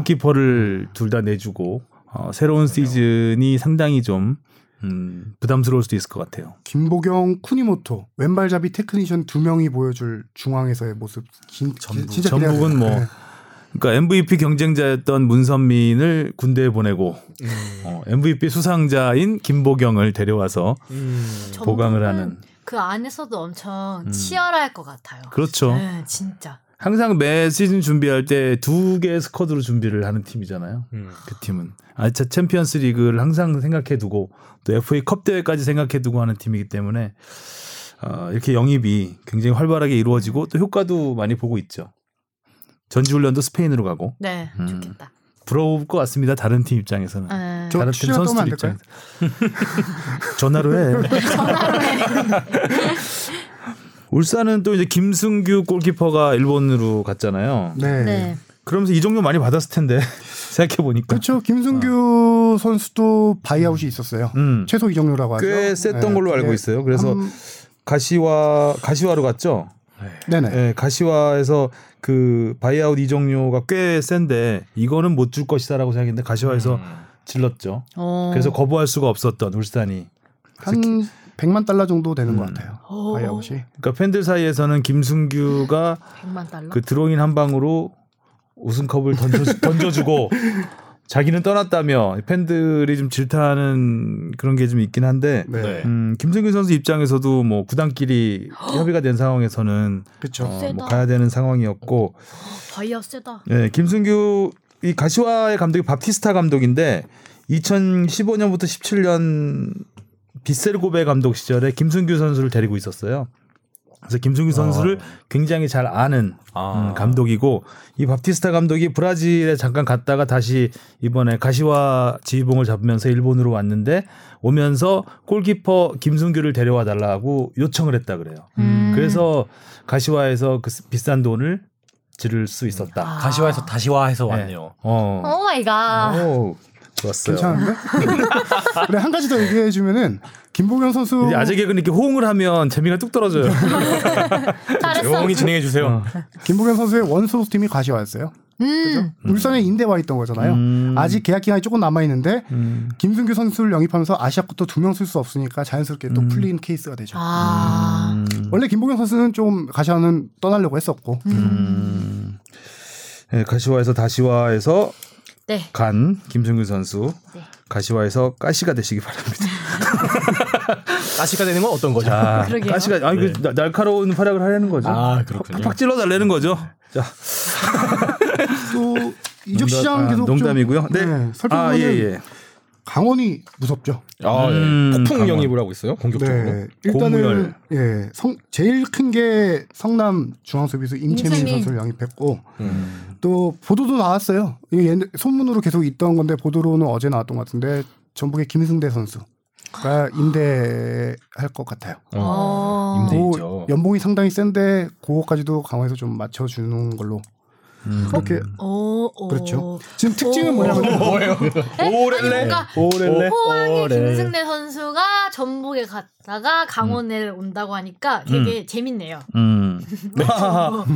골키퍼를 둘 다 내주고 어, 새로운 시즌이 상당히 좀 음, 부담스러울 수도 있을 것 같아요. 김보경, 쿠니모토, 왼발잡이 테크니션 두 명이 보여줄 중앙에서의 모습 진, 전북. 진짜 기대가 전북은 돼요. 뭐 네. 그러니까 MVP 경쟁자였던 문선민을 군대에 보내고 어, MVP 수상자인 김보경을 데려와서 음. 보강을 하는 음. 그 안에서도 엄청 치열할 것 같아요. 그렇죠. 네, 진짜. 항상 매 시즌 준비할 때 두 개의 스쿼드로 준비를 하는 팀이잖아요. 음. 그 팀은 아차 챔피언스 리그를 항상 생각해 두고 또 FA 컵 대회까지 생각해 두고 하는 팀이기 때문에 어, 이렇게 영입이 굉장히 활발하게 이루어지고 또 효과도 많이 보고 있죠. 전지훈련도 스페인으로 가고 네, 음. 좋겠다. 부러울 것 같습니다. 다른 팀 입장에서는. 네. 저- 다른 팀 출연 떠면 선수들 안 입장에서 [LAUGHS] 전화로 해. 울산은 또 이제 김승규 골키퍼가 일본으로 갔잖아요. 네. 네. 그러면서 이 종료 많이 받았을 텐데 [LAUGHS] 생각해 보니까 그렇죠. 김승규 선수도 바이아웃이 있었어요. 음. 최소 이정료라고 하죠. 꽤 셌던 네, 걸로 알고 그게 있어요. 그래서 한- 가시와 가시와로 갔죠. 네네. 예, 가시화에서 그 바이아웃 이적료가 꽤 센데 이거는 못 줄 것이다라고 생각했는데 가시화에서 질렀죠. 음. 어. 그래서 거부할 수가 없었던 울산이. 한 100만 달러 정도 되는 음. 것 같아요. 오. 바이아웃이. 그러니까 팬들 사이에서는 김승규가 100만 달러. 그 드로잉 한 방으로 우승컵을 던져, 주고 자기는 떠났다며 팬들이 좀 질타하는 그런 게 좀 있긴 한데 네. 네. 음, 김승규 선수 입장에서도 뭐 구단끼리 협의가 된 상황에서는 그렇죠. 어, 세다. 뭐 가야 되는 상황이었고 바이어 세다. 예, 김승규 이 가시화의 감독이 바티스타 감독인데 2015년부터 17년 비셀고베 감독 시절에 김승규 선수를 데리고 있었어요. 그래서 김승규 선수를 굉장히 잘 아는 아. 음, 감독이고 이 바티스타 감독이 브라질에 잠깐 갔다가 다시 이번에 가시와 지휘봉을 잡으면서 일본으로 왔는데 오면서 골키퍼 김승규를 데려와 달라고 요청을 했다 그래요. 음. 그래서 가시와에서 그 비싼 돈을 지를 수 있었다. 가시화에서 아. 다시화해서 왔네요. 어. 오 마이 갓. 오, 아. 좋았어요. 괜찮은데? [LAUGHS] 그래 한 가지 더 얘기해 주면은 김보경 선수 이제 아재 개그는 이렇게 호응을 하면 재미가 뚝 [LAUGHS] 떨어져요. 네. 잘했어. 조용히 진행해 주세요. 김보경 선수의 원소속 팀이 가시화였어요. 음. 울산에 임대 와 있던 거잖아요. 음. 아직 계약 기간이 조금 남아 있는데 김승규 선수를 영입하면서 아시아컵도 두 명 쓸 수 없으니까 자연스럽게 음. 또 풀린 케이스가 되죠. 아. 원래 김보경 선수는 좀 가시화는 떠나려고 했었고 네, 가시화에서 다시화에서 네. 간 김승규 선수. 네. 가시화에서 가시가 되시기 바랍니다. 가시가 되는 건 어떤 거죠? 아, 그러게요. 가시가 아니 그 나- 날카로운 활약을 하려는 거죠. 아, 그렇군요. 팍 찔러 달래는 거죠. 자, 또 이적 시장 아, 계속 좀- 농담이고요. 네. 네, 아, 살펴보면 예, 예. 강원이 무섭죠. 아, 예. 음, 폭풍 강원. 영입을 하고 있어요. 공격적으로. 네, 일단은 그렇죠. 고무열. 예, 성, 제일 큰 게 성남 중앙 수비수 임채민 임채민. 선수를 영입했고 음. 또 보도도 나왔어요. 이게 옛- 소문으로 계속 있던 건데 보도로는 어제 나왔던 것 같은데 전북의 김승대 선수 가 임대할 것 같아요. 어. 네, 그 임대이죠. 연봉이 상당히 센데 그거까지도 강화해서 좀 맞춰주는 걸로 그렇게 오, 오. 그렇죠. 지금 특징은 오. 뭐냐면 어, 에? 네? 아니, 뭔가 오렐레 포항의 오렐레. 김승래 선수가 전북에 갔다가 강원에 온다고 하니까 되게 재밌네요. 음.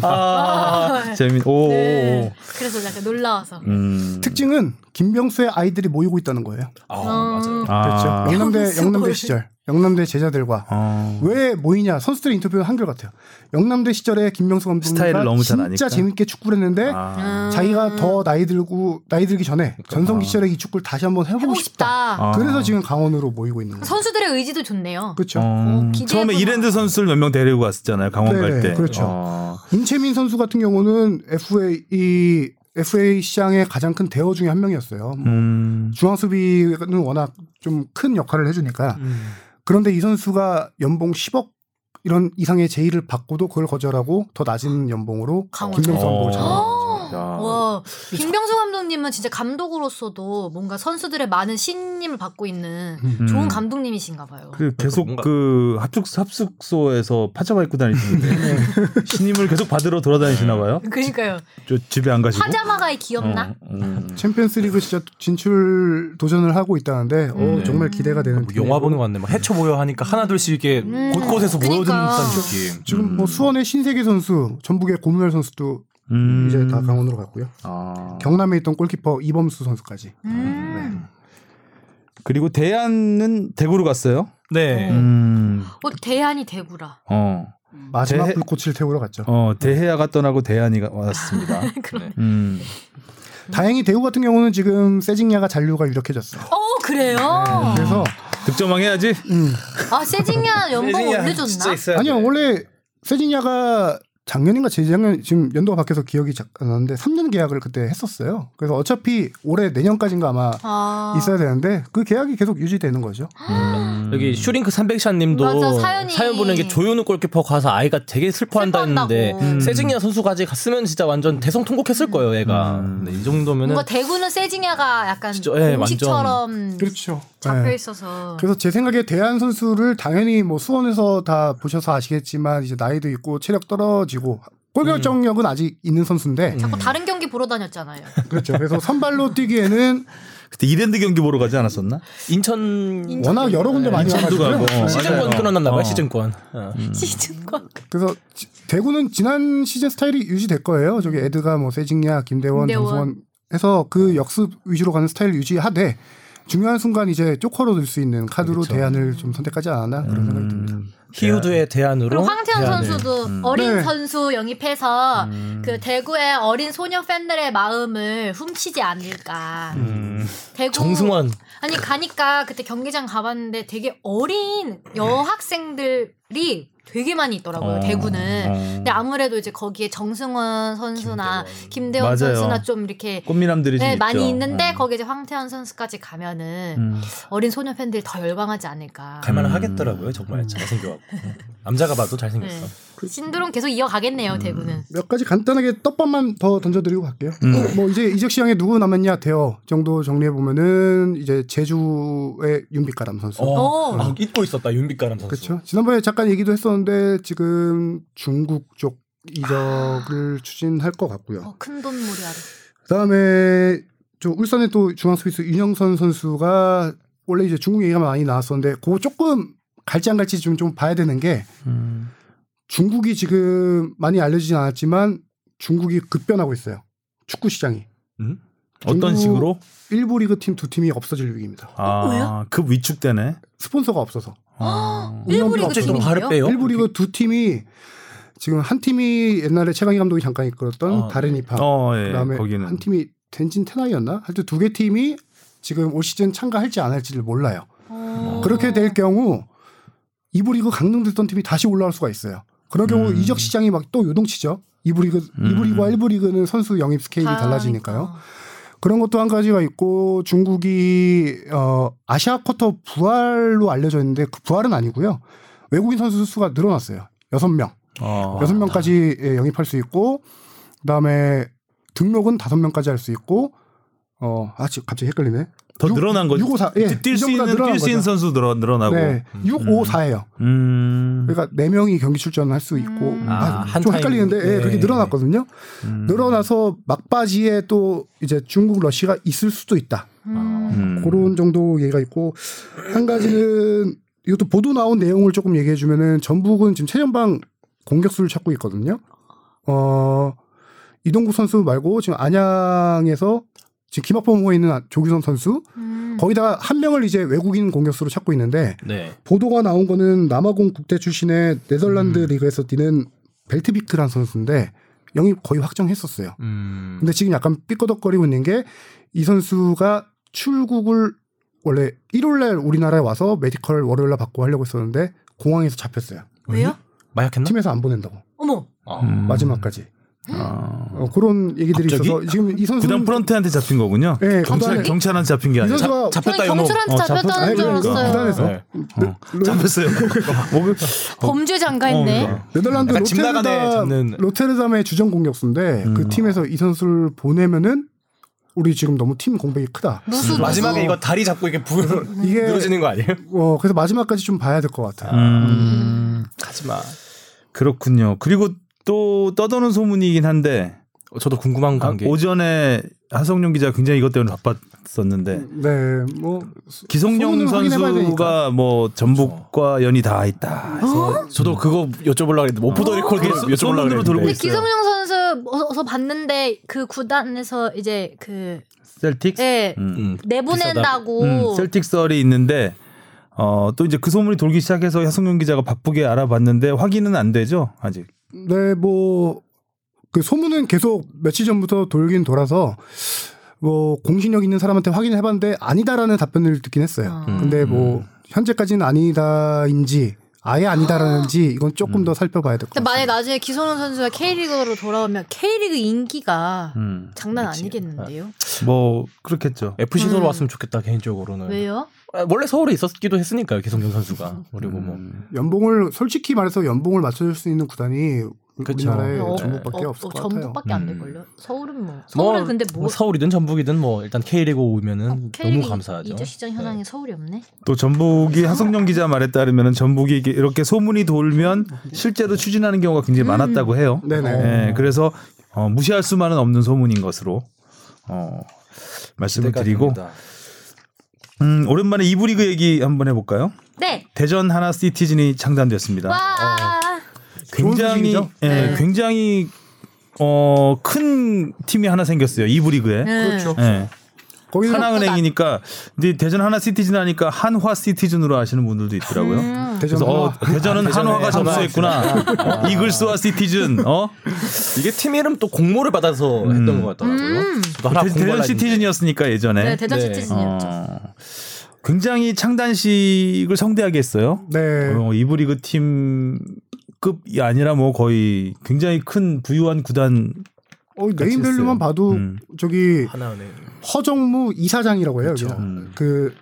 아. 재미. 오. 네. 그래서 약간 놀라워서. 음. 특징은 김병수의 아이들이 모이고 있다는 거예요. 아, 음. 맞아요. 그렇죠. 아. [LAUGHS] 영남대 병수 영남대 거의. 시절 영남대 제자들과 아. 왜 모이냐 선수들의 인터뷰 한결 같아요. 영남대 시절에 김병수 감독이 스타일을 너무 잘 진짜 아니까. 재밌게 축구를 했는데 아. 음. 음. 그러니까. 자기가 더 나이 들고 나이 들기 전에 전성기 시절에 이 축구를 다시 한번 해보고, 해보고 싶다. 싶다. 아. 그래서 지금 강원으로 모이고 있는 거예요. 선수들의 의지도 좋네요. 그렇죠. 어. 기대해보나. 처음에 이랜드 선수를 몇 명 데리고 갔었잖아요. 강원 네네, 갈 때. 그렇죠. 어. 아. 임채민 선수 같은 경우는 FA 이 FA 시장의 가장 큰 대어 중에 한 명이었어요. 뭐 음. 중앙 수비는 워낙 좀 큰 역할을 음. 음. 해주니까 음. 그런데 이 선수가 연봉 10억 이런 이상의 제의를 받고도 그걸 거절하고 더 낮은 연봉으로 아. 강원. 김명수 감독을 잡은 거예요. 어. 야. 와, 김병수 감독님은 진짜 감독으로서도 뭔가 선수들의 많은 신임을 받고 있는 좋은 음. 감독님이신가 봐요. 그 계속 뭔가- 그 합숙 합숙소에서 파자마 입고 다니시는데 네. [LAUGHS] 신임을 계속 받으러 네. 돌아다니시나 봐요. 그러니까요. 저 집에 안 가시고. 파자마가의 귀엽나? 어, 음. 챔피언스리그 진짜 진출 도전을 하고 있다는데 어, 네. 음. 정말 기대가 아, 되는 뭐 팀이에요. 영화 보는 것 같네. 막 해쳐 보여 하니까 하나둘씩 이렇게 음. 곳곳에서 모여드는 그러니까. 듯한 느낌. 지금 뭐 수원의 신세계 선수, 전북의 고문열 선수도 음. 이제 다 강원으로 갔고요. 아. 경남에 있던 골키퍼 이범수 선수까지. 음. 그리고 대안은 대구로 갔어요. 네. 음. 어, 대안이 대구라. 어. 마지막 대- 불꽃을 태우러 갔죠. 어, 대해야가 떠나고 대안이가 왔습니다. [LAUGHS] 그러네. 음. 다행히 대우 같은 경우는 지금 세징야가 잔류가 유력해졌어요. 아. 어, 그래요? 그래서 득점왕 해야지. 아, 세징야 연봉 올려줬나? 아니요 네. 원래 세징야가 작년인가 재작년 지금 연도가 바뀌어서 기억이 자- 안 나는데 3년 계약을 그때 했었어요. 그래서 어차피 올해 내년까지인가 아마 아. 있어야 되는데 그 계약이 계속 유지되는 거죠. 여기 슈링크 300샷님도 맞아, 사연이. 사연 보낸 게 조윤우 골키퍼 가서 아이가 되게 슬퍼한다 슬퍼한다고. 했는데 음. 세징야 선수까지 갔으면 진짜 완전 대성통곡했을 거예요, 얘가. 네, 이 정도면은 뭔가 대구는 세징야가 약간 진짜, 예, 공식처럼 그렇죠. 잡혀 있어서. 그래서 제 생각에 대한 선수를 당연히 뭐 수원에서 다 보셔서 아시겠지만 이제 나이도 있고 체력 떨어지고 골 결정력은 아직 있는 선수인데 자꾸 다른 경기 보러 다녔잖아요. 그렇죠. 그래서 선발로 뛰기에는 그때 이랜드 경기 보러 가지 않았었나? 인천 워낙 여러 군데 많이 인천도 와가지고 가고. 시즌권 맞아요. 끊어놨나 봐요, 어. 시즌권. 어. [LAUGHS] 시즌권. 그래서 지- 대구는 지난 시즌 스타일이 유지될 거예요. 저기 에드가 뭐 세징야, 김대원, 김대원. 정성원 해서 그 역습 위주로 가는 스타일 유지하되 중요한 순간 이제 조커로 들 수 있는 카드로 대안을 좀 선택하지 않았나 그런 생각이 듭니다. 히우드의 대안으로. 그리고 황태현 대안을. 선수도 어린 네. 선수 영입해서 그 대구의 어린 소녀 팬들의 마음을 훔치지 않을까. 대구 정승원. 아니 가니까 그때 경기장 가봤는데 되게 어린 여학생들이 되게 많이 있더라고요 어, 대구는. 어. 근데 아무래도 이제 거기에 정승원 선수나 김대원, 맞아요. 선수나 좀 이렇게 꽃미남들이 좀 네, 있죠. 많이 있는데 어. 거기에 이제 황태현 선수까지 가면은 음. 어린 소녀 팬들이 더 열광하지 않을까. 아. 갈만은 하겠더라고요, 정말. 잘생겨갖고. 남자가 봐도 잘생겼어. 음. 네. 신드롬 계속 이어가겠네요 음. 대구는. 몇 가지 간단하게 떡밥만 더 던져드리고 갈게요. 음. 뭐 이제 이적 시장에 누구 남았냐 대어 정도 정리해 보면은 이제 제주의 윤빛가람 선수. 어. 아, 잊고 있었다, 윤빛가람 선수. 그렇죠. 지난번에 잠깐 얘기도 했었는데 지금 중국 쪽 이적을 추진할 것 같고요. 아. 어, 큰돈 무리하러. 그다음에 저 울산의 또 중앙 스위스 윤영선 선수가 원래 이제 중국 얘기가 많이 나왔었는데 그거 조금 갈지 안 갈지 좀, 좀 봐야 되는 게 음. 중국이 지금 많이 알려지진 않았지만 중국이 급변하고 있어요. 축구 시장이. 음? 어떤 중국 식으로? 일부 리그 팀 두 팀이 음. 없어질 위기입니다. 아, 왜요? 급 위축되네. 스폰서가 없어서. 아. 일부 음. 리그 갑자기 너무 화를 팀인데요. 어? 빼요? 일부 리그 두 팀이 지금 한 팀이 옛날에 최강희 감독이 잠깐 이끌었던 아, 다른 이파 어, 예. 그다음에 거기는 한 팀이 텐진 테나이였나? 하여튼 두 개 팀이 지금 올 시즌 참가할지 안 할지를 몰라요. 어. 음. 그렇게 될 경우 이부 리그 강등 됐던 팀이 다시 올라올 수가 있어요. 그런 경우 음. 이적 시장이 막 또 요동치죠. 이부 리그 음. 이부 리그와 일부 리그는 선수 영입 스케일이 다양하니까. 달라지니까요. 그런 것도 한 가지가 있고 중국이 어 아시아 쿼터 부활로 알려져 있는데 그 부활은 아니고요. 외국인 선수 수가 늘어났어요. 여섯 명. 어. 여섯 명까지 예, 영입할 수 있고 그다음에 등록은 다섯 명까지 할 수 있고 어 아 지금 갑자기 헷갈리네. 더 늘어난 거죠. 654. 예. 뛸수 이전보다 있는 늘어난 뛸수 있는 거죠. 선수 늘어 늘어나고. 네. 654예요. 음. 그러니까 네 명이 경기 출전할 수 있고 아, 한 좀 타임. 헷갈리는데 예, 네. 그렇게 늘어났거든요. 음. 늘어나서 막바지에 또 이제 중국 러시가 있을 수도 있다. 음. 그런 정도 얘기가 있고 한 가지는 이것도 보도 나온 내용을 조금 얘기해 주면은 전북은 지금 최전방 공격수를 찾고 있거든요. 어 이동국 선수 말고 지금 안양에서 지금 김학범호에 있는 아, 조규선 선수 음. 거기다가 한 명을 이제 외국인 공격수로 찾고 있는데 네. 보도가 나온 거는 남아공 국대 출신의 네덜란드 음. 리그에서 뛰는 벨트비크란 선수인데 영입 거의 확정했었어요. 음. 근데 지금 약간 삐거덕거리고 있는 게 이 선수가 출국을 원래 1월날 우리나라에 와서 메디컬 월요일날 받고 하려고 했었는데 공항에서 잡혔어요. 음? 왜요? 마약했나? 팀에서 안 보낸다고 어머. 음. 마지막까지 아. 어, 그런 얘기들이 갑자기? 있어서 지금 이 선수 구단 프런트한테 잡힌 거군요. 예, 경찰 구단에- 경찰한테 잡힌 게 이 아니라. 선수가 저는 잡혔다 이놈. 경찰한테 어, 잡혔다는 아니, 줄 그러니까 알았어요. 구단에서 음, 네. [LAUGHS] 잡혔어요. 목을 범죄 어, 장가했네. 그러니까. 네덜란드 약간 아, 집 나가네, 로테르담 잡는. 음. 로테르담의 주전 공격수인데 그 팀에서 이 선수를 보내면은 우리 지금 너무 팀 공백이 크다. 무수 무수. 마지막에 이거 다리 잡고 이게 부 이게- 늘어지는 거 아니에요? 어 그래서 마지막까지 좀 봐야 될 것 같아. 요 음. 하지 마. 그렇군요. 그리고 또 떠도는 소문이긴 한데 저도 궁금한 아, 관계. 오전에 하성룡 기자 굉장히 이것 때문에 바빴었는데 네, 뭐 기성용 소문을 확인해봐야 선수가 뭐 전북과 연이 다 있다. 어? 해서 저도 그거 여쭤보려고 했는데 오프 더 리콜 그래서 여쭤보려고 소문으로 했는데. 돌고 근데 있어요. 기성용 선수 어서 봤는데 그 구단에서 이제 그 셀틱스. 예, 음. 내보낸다고. 음, 셀틱설이 있는데 어, 또 이제 그 소문이 돌기 시작해서 하성룡 기자가 바쁘게 알아봤는데 확인은 안 되죠 아직. 네, 뭐, 그 소문은 계속 며칠 전부터 돌긴 돌아서, 뭐, 공신력 있는 사람한테 확인을 해봤는데, 아니다라는 답변을 듣긴 했어요. 음. 근데 뭐, 현재까지는 아니다인지, 아예 아니다라는지, 이건 조금 음. 더 살펴봐야 될 것 근데 같아요. 만약 나중에 기성용 선수가 K리그로 돌아오면 K리그 인기가 음. 장난 아니겠는데요? 뭐 그렇겠죠. FC 서울 음. 왔으면 좋겠다 개인적으로는. 왜요? 아, 원래 서울에 있었기도 했으니까요 기성용 선수가. 그리고 뭐 음. 연봉을, 솔직히 말해서 연봉을 맞춰줄 수 있는 구단이 그쵸. 우리나라에 어, 네, 전북밖에 어, 없을 어, 것 같아요. 전북밖에 안 음. 될걸요? 서울은 뭐. 서울은 뭐, 근데 뭐 뭐. 어, 서울이든 전북이든 뭐 일단 K리그 오면은 너무 감사하죠. 이제 시장 현황에 서울이 없네. 또 전북이 하성룡 기자 말에 따르면 전북이 이게- 이렇게 소문이 돌면 실제로 추진하는 경우가 음. 굉장히 많았다고 해요. 네네. 예, 그래서 어, 무시할 수만은 없는 소문인 것으로 어, 말씀을 기대가 드리고 됩니다. 음, 오랜만에 이부 리그 얘기 한번 해볼까요? 네. 대전 하나 시티즌이 창단됐습니다. 와. 굉장히 좋은 소식이죠? 예, 네. 굉장히 어, 큰 팀이 하나 생겼어요. 이 부리그에. 네. 예. 거기는 하나은행이니까 근데 대전 하나 시티즌 하니까 한화 시티즌으로 하시는 분들도 있더라고요. 대전 그래서 어, 하나. 대전은 한화가 접수했구나. 어, 이글스와 시티즌. 어? 이게 팀 이름 또 공모를 받아서 했던 것 같더라고요. 음. 저도 아, 하나 대, 공모를 전 하긴 시티즌이었으니까 예전에. 네, 대전 네. 시티즌이었죠. 어, 굉장히 창단식을 성대하게 했어요. 네. 어, 이브리그 팀급이 아니라 뭐 거의 굉장히 큰 부유한 구단. 어, 네임밸류만 했어요. 봐도 음. 저기 하나은행. 허정무 이사장이라고 해요. 여기는. 음. 그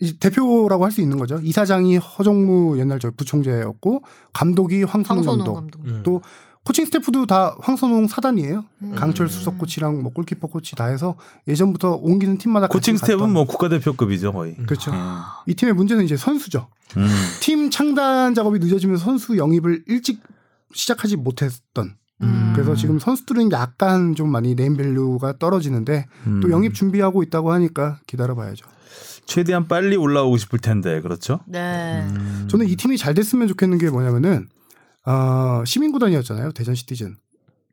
이- 대표라고 할 수 있는 거죠. 이사장이 허정무 옛날 저 부총재였고 감독이 황선홍 황선홍 감독. 감독. 음. 또 코칭 스태프도 다 황선홍 사단이에요. 음. 강철 수석 코치랑 뭐 골키퍼 코치 다 해서 예전부터 옮기는 팀마다 같이 코칭 스텝은 갔던. 뭐 국가대표급이죠 거의. 그렇죠. 이 팀의 문제는 이제 선수죠. 음. 팀 창단 작업이 늦어지면서 선수 영입을 일찍 시작하지 못했던. 음. 그래서 지금 선수들은 약간 좀 많이 네임밸류가 떨어지는데 또 음. 영입 준비하고 있다고 하니까 기다려봐야죠. 최대한 빨리 올라오고 싶을 텐데 그렇죠. 네. 저는 이 팀이 잘 됐으면 좋겠는 게 뭐냐면은 어, 시민 구단이었잖아요 대전 시티즌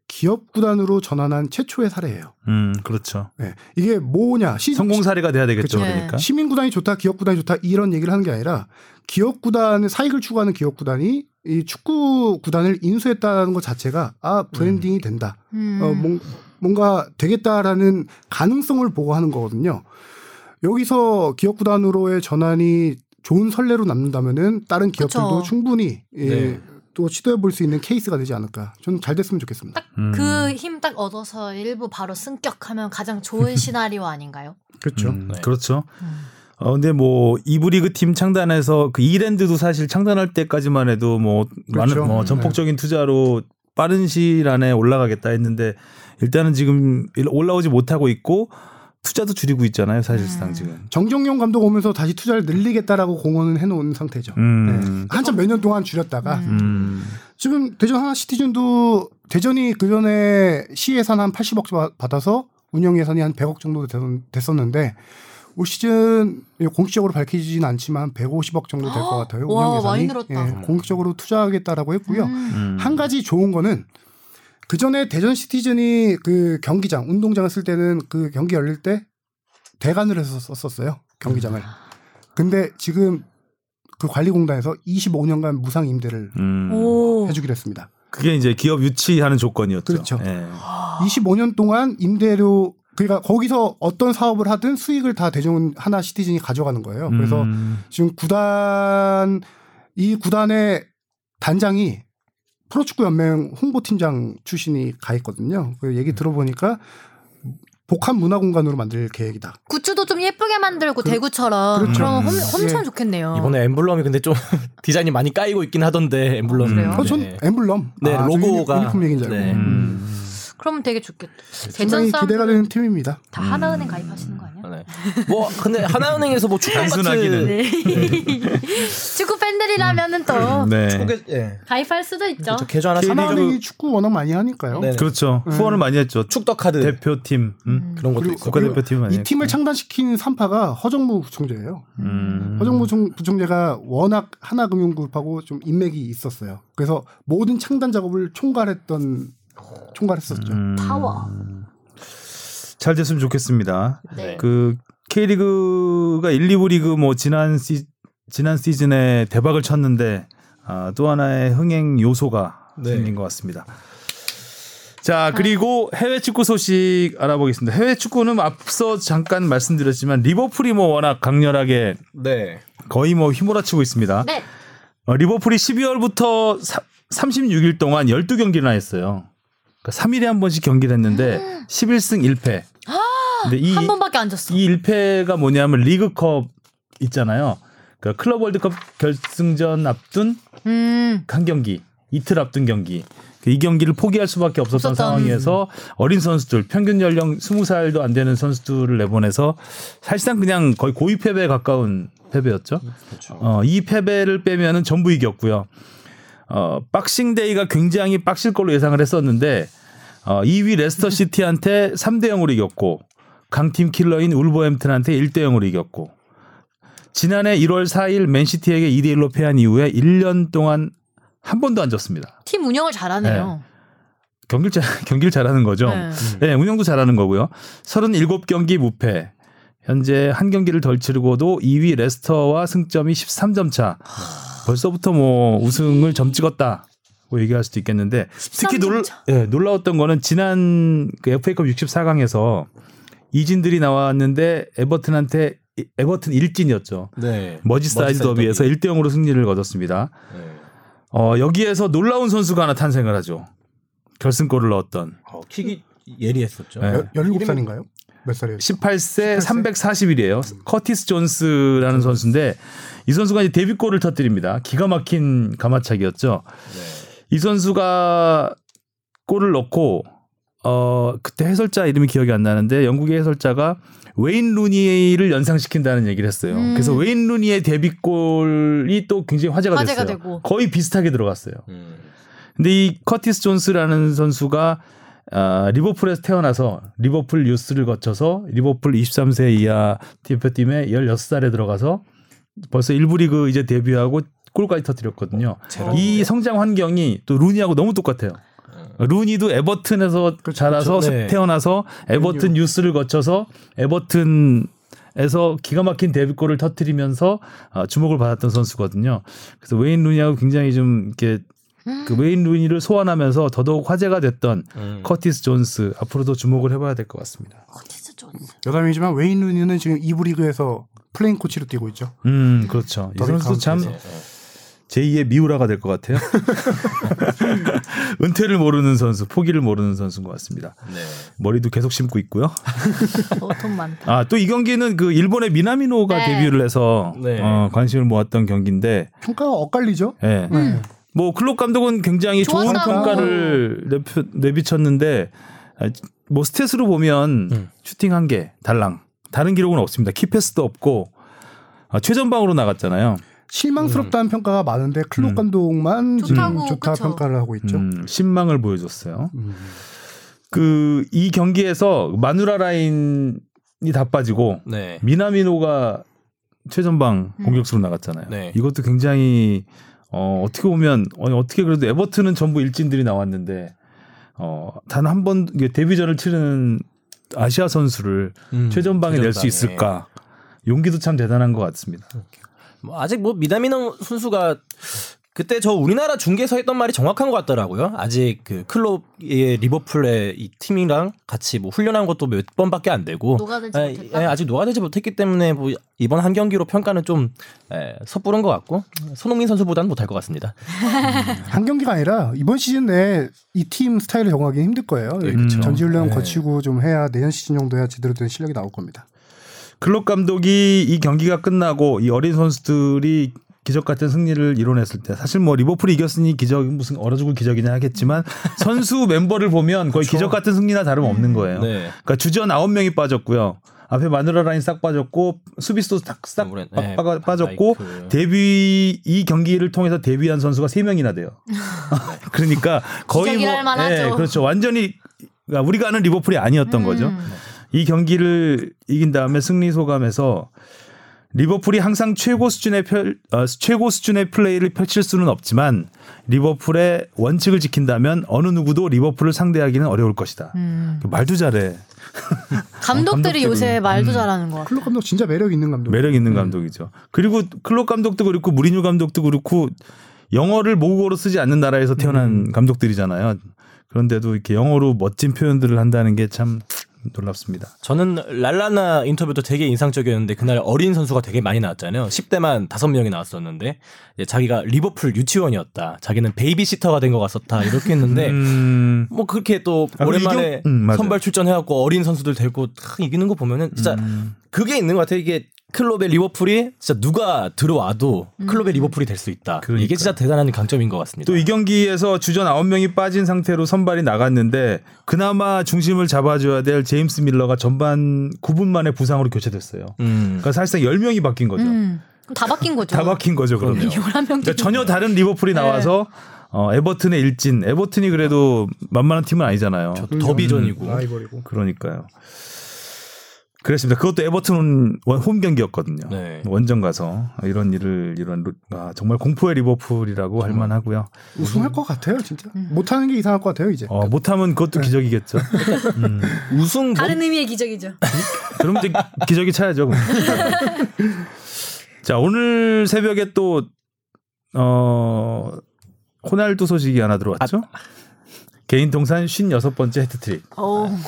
기업 구단으로 전환한 최초의 사례예요. 음 그렇죠. 예. 이게 뭐냐 시, 성공 사례가 돼야 그쵸. 되겠죠 네. 그러니까 시민 구단이 좋다 기업 구단이 좋다 이런 얘기를 하는 게 아니라 기업 구단의 사익을 추구하는 기업 구단이 이 축구 구단을 인수했다는 것 자체가 아 브랜딩이 된다. 음. 어, 뭔, 뭔가 되겠다라는 가능성을 보고하는 거거든요. 여기서 기업 구단으로의 전환이 좋은 선례로 남는다면은 다른 기업들도 그쵸. 충분히 예, 네. 또 시도해 볼 수 있는 케이스가 되지 않을까. 저는 잘 됐으면 좋겠습니다. 음. 그 힘 딱 얻어서 일부 바로 승격하면 가장 좋은 시나리오 아닌가요? 그렇죠. 네. 그렇죠. 음. 어, 근데 뭐 이브리그 팀 창단에서 그 이랜드도 사실 창단할 때까지만 해도 뭐 그렇죠. 많은 뭐 음, 전폭적인 투자로 빠른 시일 안에 올라가겠다 했는데 일단은 지금 일- 올라오지 못하고 있고 투자도 줄이고 있잖아요, 사실상 지금. 정정용 감독 오면서 다시 투자를 늘리겠다라고 공언을 해놓은 상태죠. 음. 네. 한참 몇 년 동안 줄였다가 음. 지금 대전 하나 시티즌도 대전이 그 전에 시 예산 한 80억 바- 받아서 운영 예산이 한 100억 정도 됐- 됐었는데 올 시즌 공식적으로 밝히진 않지만 150억 정도 될 것 같아요. 와, 운영 예산이 많이 늘었다. 예, 공식적으로 투자하겠다라고 했고요. 음. 한 가지 좋은 거는 그 전에 대전 시티즌이 그 경기장 운동장을 쓸 때는 그 경기 열릴 때 대관을 해서 썼었어요 경기장을. 근데 지금 그 관리공단에서 25년간 무상 임대를 음. 오. 해주기로 했습니다. 그게 이제 기업 유치하는 조건이었죠. 그렇죠. 예. 25년 동안 임대료 그러니까 거기서 어떤 사업을 하든 수익을 다 대전 하나 시티즌이 가져가는 거예요. 그래서 음. 지금 구단 이 구단의 단장이 프로축구 연맹 홍보팀장 출신이 가 있거든요. 그 음. 얘기 들어보니까 복합 문화 공간으로 만들 계획이다. 굿즈도 좀 예쁘게 만들고 대구처럼 그렇죠. 그럼 음. 엄청 예. 좋겠네요. 이번에 엠블럼이 근데 좀 [LAUGHS] 디자인이 많이 까이고 있긴 하던데 엠블럼. 그래요? 어, 전 엠블럼. 아, 네, 아, 저 로고가. 유니- 유니폼 얘기인 줄 알고. 네. 음. 그럼 되게 좋겠다. 대전 굉장히 네, 기대가 사람들 되는 팀입니다. 다 하나은행 가입하시는 거 아니야? 네. 뭐 근데 하나은행에서 뭐 축구 단순하기는. 마트 네. 축구 팬들이라면은 또 네. 예. 가입할 수도 있죠. 저 계좌 하나 사면 하나은행이 축구 워낙 많이 하니까요. 네. 그렇죠. 음. 후원을 많이 했죠. 축덕 카드 대표팀. 음. 그런 것도 그리고 있고. 국가대표팀 아니에요? 네. 이 네. 팀을 창단시킨 산파가 허정무 부총재예요. 음. 허정무 총- 부총재가 워낙 하나금융그룹하고 좀 인맥이 있었어요. 그래서 모든 창단 작업을 총괄했던 총괄했었죠. 음. 파워. 잘 됐으면 좋겠습니다. 네. 그 K리그가 1, 2부 리그 뭐 지난 시 지난 시즌에 대박을 쳤는데 아, 또 하나의 흥행 요소가 네. 생긴 것 같습니다. 아. 자 그리고 해외 축구 소식 알아보겠습니다. 해외 축구는 앞서 잠깐 말씀드렸지만 리버풀이 뭐 워낙 강렬하게 네. 거의 뭐 휘몰아치고 있습니다. 네. 어, 리버풀이 12월부터 36일 동안 12경기나 했어요. 그러니까 3일에 한 번씩 경기를 했는데 11승 1패. 근데 이, 한 번밖에 안 졌어. 이 1패가 뭐냐면 리그컵 있잖아요. 그 클럽 월드컵 결승전 앞둔 음. 한 경기, 이틀 앞둔 경기. 그이 경기를 포기할 수밖에 없었던 없었던. 상황에서 어린 선수들, 평균 연령 20살도 안 되는 선수들을 내보내서 사실상 그냥 거의 고위 패배에 가까운 패배였죠. 어, 이 패배를 빼면은 전부 이겼고요. 어, 박싱데이가 굉장히 빡실 걸로 예상을 했었는데 어, 2위 레스터 시티한테 3대 0으로 이겼고 강팀 킬러인 울버햄튼한테 1대 0으로 이겼고 지난해 1월 4일 맨시티에게 2대 1로 패한 이후에 1년 동안 한 번도 안 졌습니다. 팀 운영을 잘하네요. 경기를 잘, [LAUGHS] 경기를 잘하는 거죠. 네. 네, 운영도 잘하는 거고요. 37경기 무패. 현재 한 경기를 덜 치르고도 2위 레스터와 승점이 13점 차. 벌써부터 뭐 우승을 점 찍었다. 고 얘기할 수도 있겠는데 특히 13점 놀, 차. 예, 놀라웠던 거는 지난 그 FA컵 64강에서 이진들이 나왔는데 에버튼한테 에버튼 일진이었죠 네. 머지사이드 더비에서 1대 0으로 승리를 거뒀습니다. 네. 어, 여기에서 놀라운 선수가 하나 탄생을 하죠. 결승골을 넣었던 어, 킥이 예리했었죠. 네. 17살인가요? 몇 살이에요? 18세 340일이에요. 커티스 존스라는 선수인데 이 선수가 이제 데뷔골을 터뜨립니다. 기가 막힌 가마차기였죠. 이 선수가 골을 넣고 어 그때 해설자 이름이 기억이 안 나는데 영국의 해설자가 웨인 루니를 연상시킨다는 얘기를 했어요. 음. 그래서 웨인 루니의 데뷔골이 또 굉장히 화제가, 화제가 됐어요. 되고. 거의 비슷하게 들어갔어요. 음. 근데 이 커티스 존스라는 선수가 아, 리버풀에서 태어나서 리버풀 유스를 거쳐서 리버풀 23세 이하 대표팀에 16살에 들어가서 벌써 1부 리그 이제 데뷔하고 골까지 터뜨렸거든요. 이 성장 환경이 또 루니하고 너무 똑같아요. 루니도 에버튼에서 자라서 음. 그렇죠. 네. 태어나서 에버튼 유스를 거쳐서 에버튼에서 기가 막힌 데뷔골을 터뜨리면서 아, 주목을 받았던 선수거든요. 그래서 웨인 루니하고 굉장히 좀 이렇게 그 웨인 루니를 소환하면서 더더욱 화제가 됐던 음. 커티스 존스 앞으로도 주목을 해봐야 될 것 같습니다. 커티스 존. 여담이지만 웨인 루니는 지금 2부 리그에서 플레인 코치로 뛰고 있죠. 음 그렇죠. 이 선수 참 제2의 미우라가 될 것 같아요. [LAUGHS] 은퇴를 모르는 선수, 포기를 모르는 선수인 것 같습니다. 네. 머리도 계속 심고 있고요. 어, 돈 많다. 아 또 이 경기는 그 일본의 미나미노가 네. 데뷔를 해서 네. 어, 관심을 모았던 경기인데, 평가가 엇갈리죠? 예. 뭐 클롭 감독은 굉장히 좋은 음. 좋았다고. 평가를 내비- 내비쳤는데 아, 뭐 스탯으로 보면 슈팅 한 개, 달랑. 다른 기록은 없습니다. 키패스도 없고 아, 최전방으로 나갔잖아요. 실망스럽다는 평가가 많은데 클롭 음. 감독만 좋다고, 지금 좋다 그쵸. 평가를 하고 그렇죠? 있죠. 음, 신망을 보여줬어요. 음. 그 이 경기에서 마누라 라인이 다 빠지고 네. 미나미노가 최전방 음. 공격수로 나갔잖아요. 네. 이것도 굉장히 어, 어떻게 보면 아니, 어떻게 그래도 에버튼은 전부 일진들이 나왔는데 어, 단 한 번 데뷔전을 치르는 아시아 선수를 음, 최전방에 낼 수 최전방에. 있을까? 용기도 참 대단한 것 같습니다. 뭐 아직 뭐 미나미노 선수가 그때 저 우리나라 중계에서 했던 말이 정확한 것 같더라고요. 아직 그 클럽의 리버풀의 이 팀이랑 같이 뭐 훈련한 것도 몇 번밖에 안 되고 녹아들지 예, 못했다? 예, 아직 녹아들지 못했기 때문에 뭐 이번 한 경기로 평가는 좀 예, 섣부른 것 같고 손흥민 선수보다는 못할 것 같습니다. 한 경기가 아니라 이번 시즌 내에 이 팀 스타일을 정하기 힘들 거예요. 그쵸. 전지훈련 네. 거치고 좀 해야 내년 시즌 정도 해야 제대로 된 실력이 나올 겁니다. 클럽 감독이 이 경기가 끝나고 이 어린 선수들이 기적 같은 승리를 이뤄냈을 때 사실 뭐 리버풀이 이겼으니 기적 무슨 얼어 죽을 기적이냐 [LAUGHS] 하겠지만 선수 멤버를 보면 거의 기적 같은 승리나 다름 없는 거예요. 그렇죠. 네. 그러니까 주전 9명이 빠졌고요. 앞에 마누라 라인 싹 빠졌고 수비수도 싹싹 아무래도, 네, 빠- 빠졌고 반다이크. 데뷔 이 경기를 통해서 데뷔한 선수가 3명이나 돼요. [LAUGHS] 그러니까 거의 뭐 기적이랄 만하죠. 예, 그렇죠. 완전히 그러니까 우리가 아는 리버풀이 아니었던 거죠. 음. 이 경기를 이긴 다음에 승리 소감에서 리버풀이 항상 최고 수준의 펼- 어, 최고 수준의 플레이를 펼칠 수는 없지만 리버풀의 원칙을 지킨다면 어느 누구도 리버풀을 상대하기는 어려울 것이다. 음. 말도 잘해. 감독들이 요새 말도 잘하는 것 같아요. 클럽 감독 진짜 매력 있는 감독. 매력 있는 감독이죠. 그리고 클롭 감독도 그렇고 무리뉴 감독도 그렇고 영어를 모국어로 쓰지 않는 나라에서 태어난 감독들이잖아요. 그런데도 이렇게 영어로 멋진 표현들을 한다는 게 참 놀랍습니다. 저는 랄라나 인터뷰도 되게 인상적이었는데 그날 어린 선수가 되게 많이 나왔잖아요. 10대만 5명이 나왔었는데 이제 자기가 리버풀 유치원이었다. 자기는 베이비시터가 된 것 같았다. 이렇게 했는데 음, 뭐 그렇게 또 아, 그리고 이경- 오랜만에 음, 맞아요. 선발 출전해갖고 어린 선수들 데리고 탁 이기는 거 보면은 진짜 음. 그게 있는 것 같아요. 이게 클럽의 리버풀이 진짜 누가 들어와도 음. 클럽의 리버풀이 될 수 있다. 이게 진짜 대단한 강점인 것 같습니다. 또 이 경기에서 주전 9명이 빠진 상태로 선발이 나갔는데 그나마 중심을 잡아줘야 될 제임스 밀러가 전반 9분 만에 부상으로 교체됐어요. 음. 그러니까 사실상 10명이 바뀐 거죠. 음. 그럼 다 바뀐 거죠. 다 바뀐 거죠, 그러면. [LAUGHS] 11명 그러니까 전혀 다른 리버풀이 나와서 어, 에버튼의 일진, 에버튼이 그래도 만만한 팀은 아니잖아요. 음. 음. 더비전이고 라이벌이고. 그러니까요. 그렇습니다. 그것도 에버튼 원- 홈 경기였거든요. 네. 원정 가서 이런 일을 이런 루- 아, 정말 공포의 리버풀이라고 할 만하고요. 우승할 것 같아요, 진짜. 못하는 게 이상할 것 같아요, 이제. 어, 못하면 그것도 기적이겠죠. 우승 뭐 다른 의미의 기적이죠. 그럼 이제 기적이 차야죠. 그럼. [LAUGHS] 자 오늘 새벽에 또 어, 호날두 소식이 하나 들어왔죠. 개인 동산 56번째 헤트트릭. 어.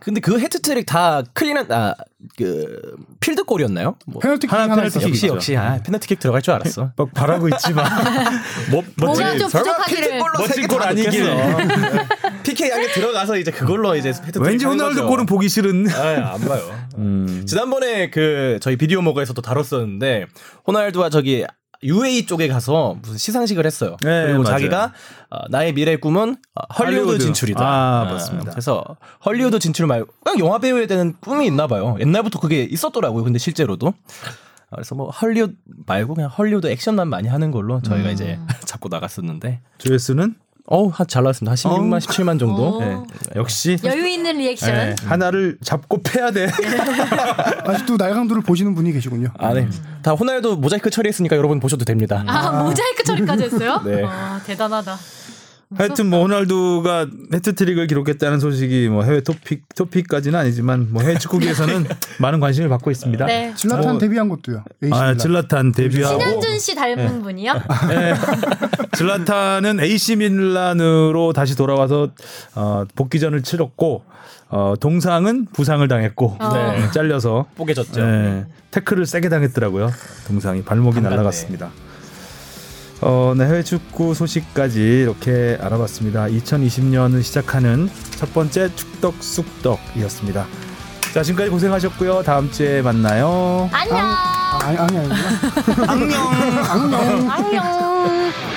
근데 그 헤트트릭 다 클린한 아, 아그 필드골이었나요? 뭐. 페널티킥 하나 하나, 하나 페널티킥. 있었어요. 역시 있죠. 역시 아 페널티킥 들어갈 줄 알았어. 막뭐 바라고 [LAUGHS] 있지만 멋, 뭐가 좀 설마 부족하기를. 멋진 골 아니길. [LAUGHS] PK 안에 네. 들어가서 이제 그걸로 이제 헤트트릭 왠지 하는 호날두 거죠. 골은 보기 싫은. 아이, 예, 안 봐요. 음. 지난번에 그 저희 비디오 모그에서도 다뤘었는데 호날두가 저기 UAE 쪽에 가서 무슨 시상식을 했어요. 네, 그리고 맞아요. 자기가 어, 나의 미래 꿈은 어, 헐리우드 할리우드. 진출이다. 아, 맞습니다. 그래서 헐리우드 진출 말고 그냥 영화 배우에 대한 꿈이 있나 봐요. 옛날부터 그게 있었더라고요. 근데 실제로도 그래서 뭐 헐리우드 말고 그냥 헐리우드 액션만 많이 하는 걸로 음. 저희가 이제 [LAUGHS] 잡고 나갔었는데 조회수는 어우 한- 잘 나왔습니다. 한 16만 17만 정도. 네. 역시 어? 여유 있는 리액션. 네. 하나를 잡고 패야 돼. 아직도 날강도를 보시는 분이 계시군요. 아, 음. 네. 다 호날두 모자이크 처리했으니까 여러분 보셔도 됩니다. 아, 모자이크 처리까지 했어요? 네. 아, 대단하다. 하여튼 뭐 호날두가 헤트트릭을 기록했다는 소식이 뭐 해외 토픽 토픽까지는 아니지만 뭐 해외 [LAUGHS] 축구계에서는 많은 관심을 받고 있습니다. 네. 질라탄 뭐- 데뷔한 것도요. AC 아, 밀란. 질라탄 데뷔하고 신현준 씨 닮은 분이요? 질라탄은 AC 밀란으로 다시 돌아와서 어, 복귀전을 치렀고 어, 동상은 부상을 당했고 네. 잘려서 뽀개졌죠. 네, 태클을 세게 당했더라고요. 동상이 발목이 날아갔습니다. 어, 네, 해외 축구 소식까지 이렇게 알아봤습니다. 2020년을 시작하는 첫 번째 축덕 쑥덕이었습니다. 자, 지금까지 고생하셨고요. 다음 주에 만나요. 아. 안녕. 아니 아니 아니. 안녕.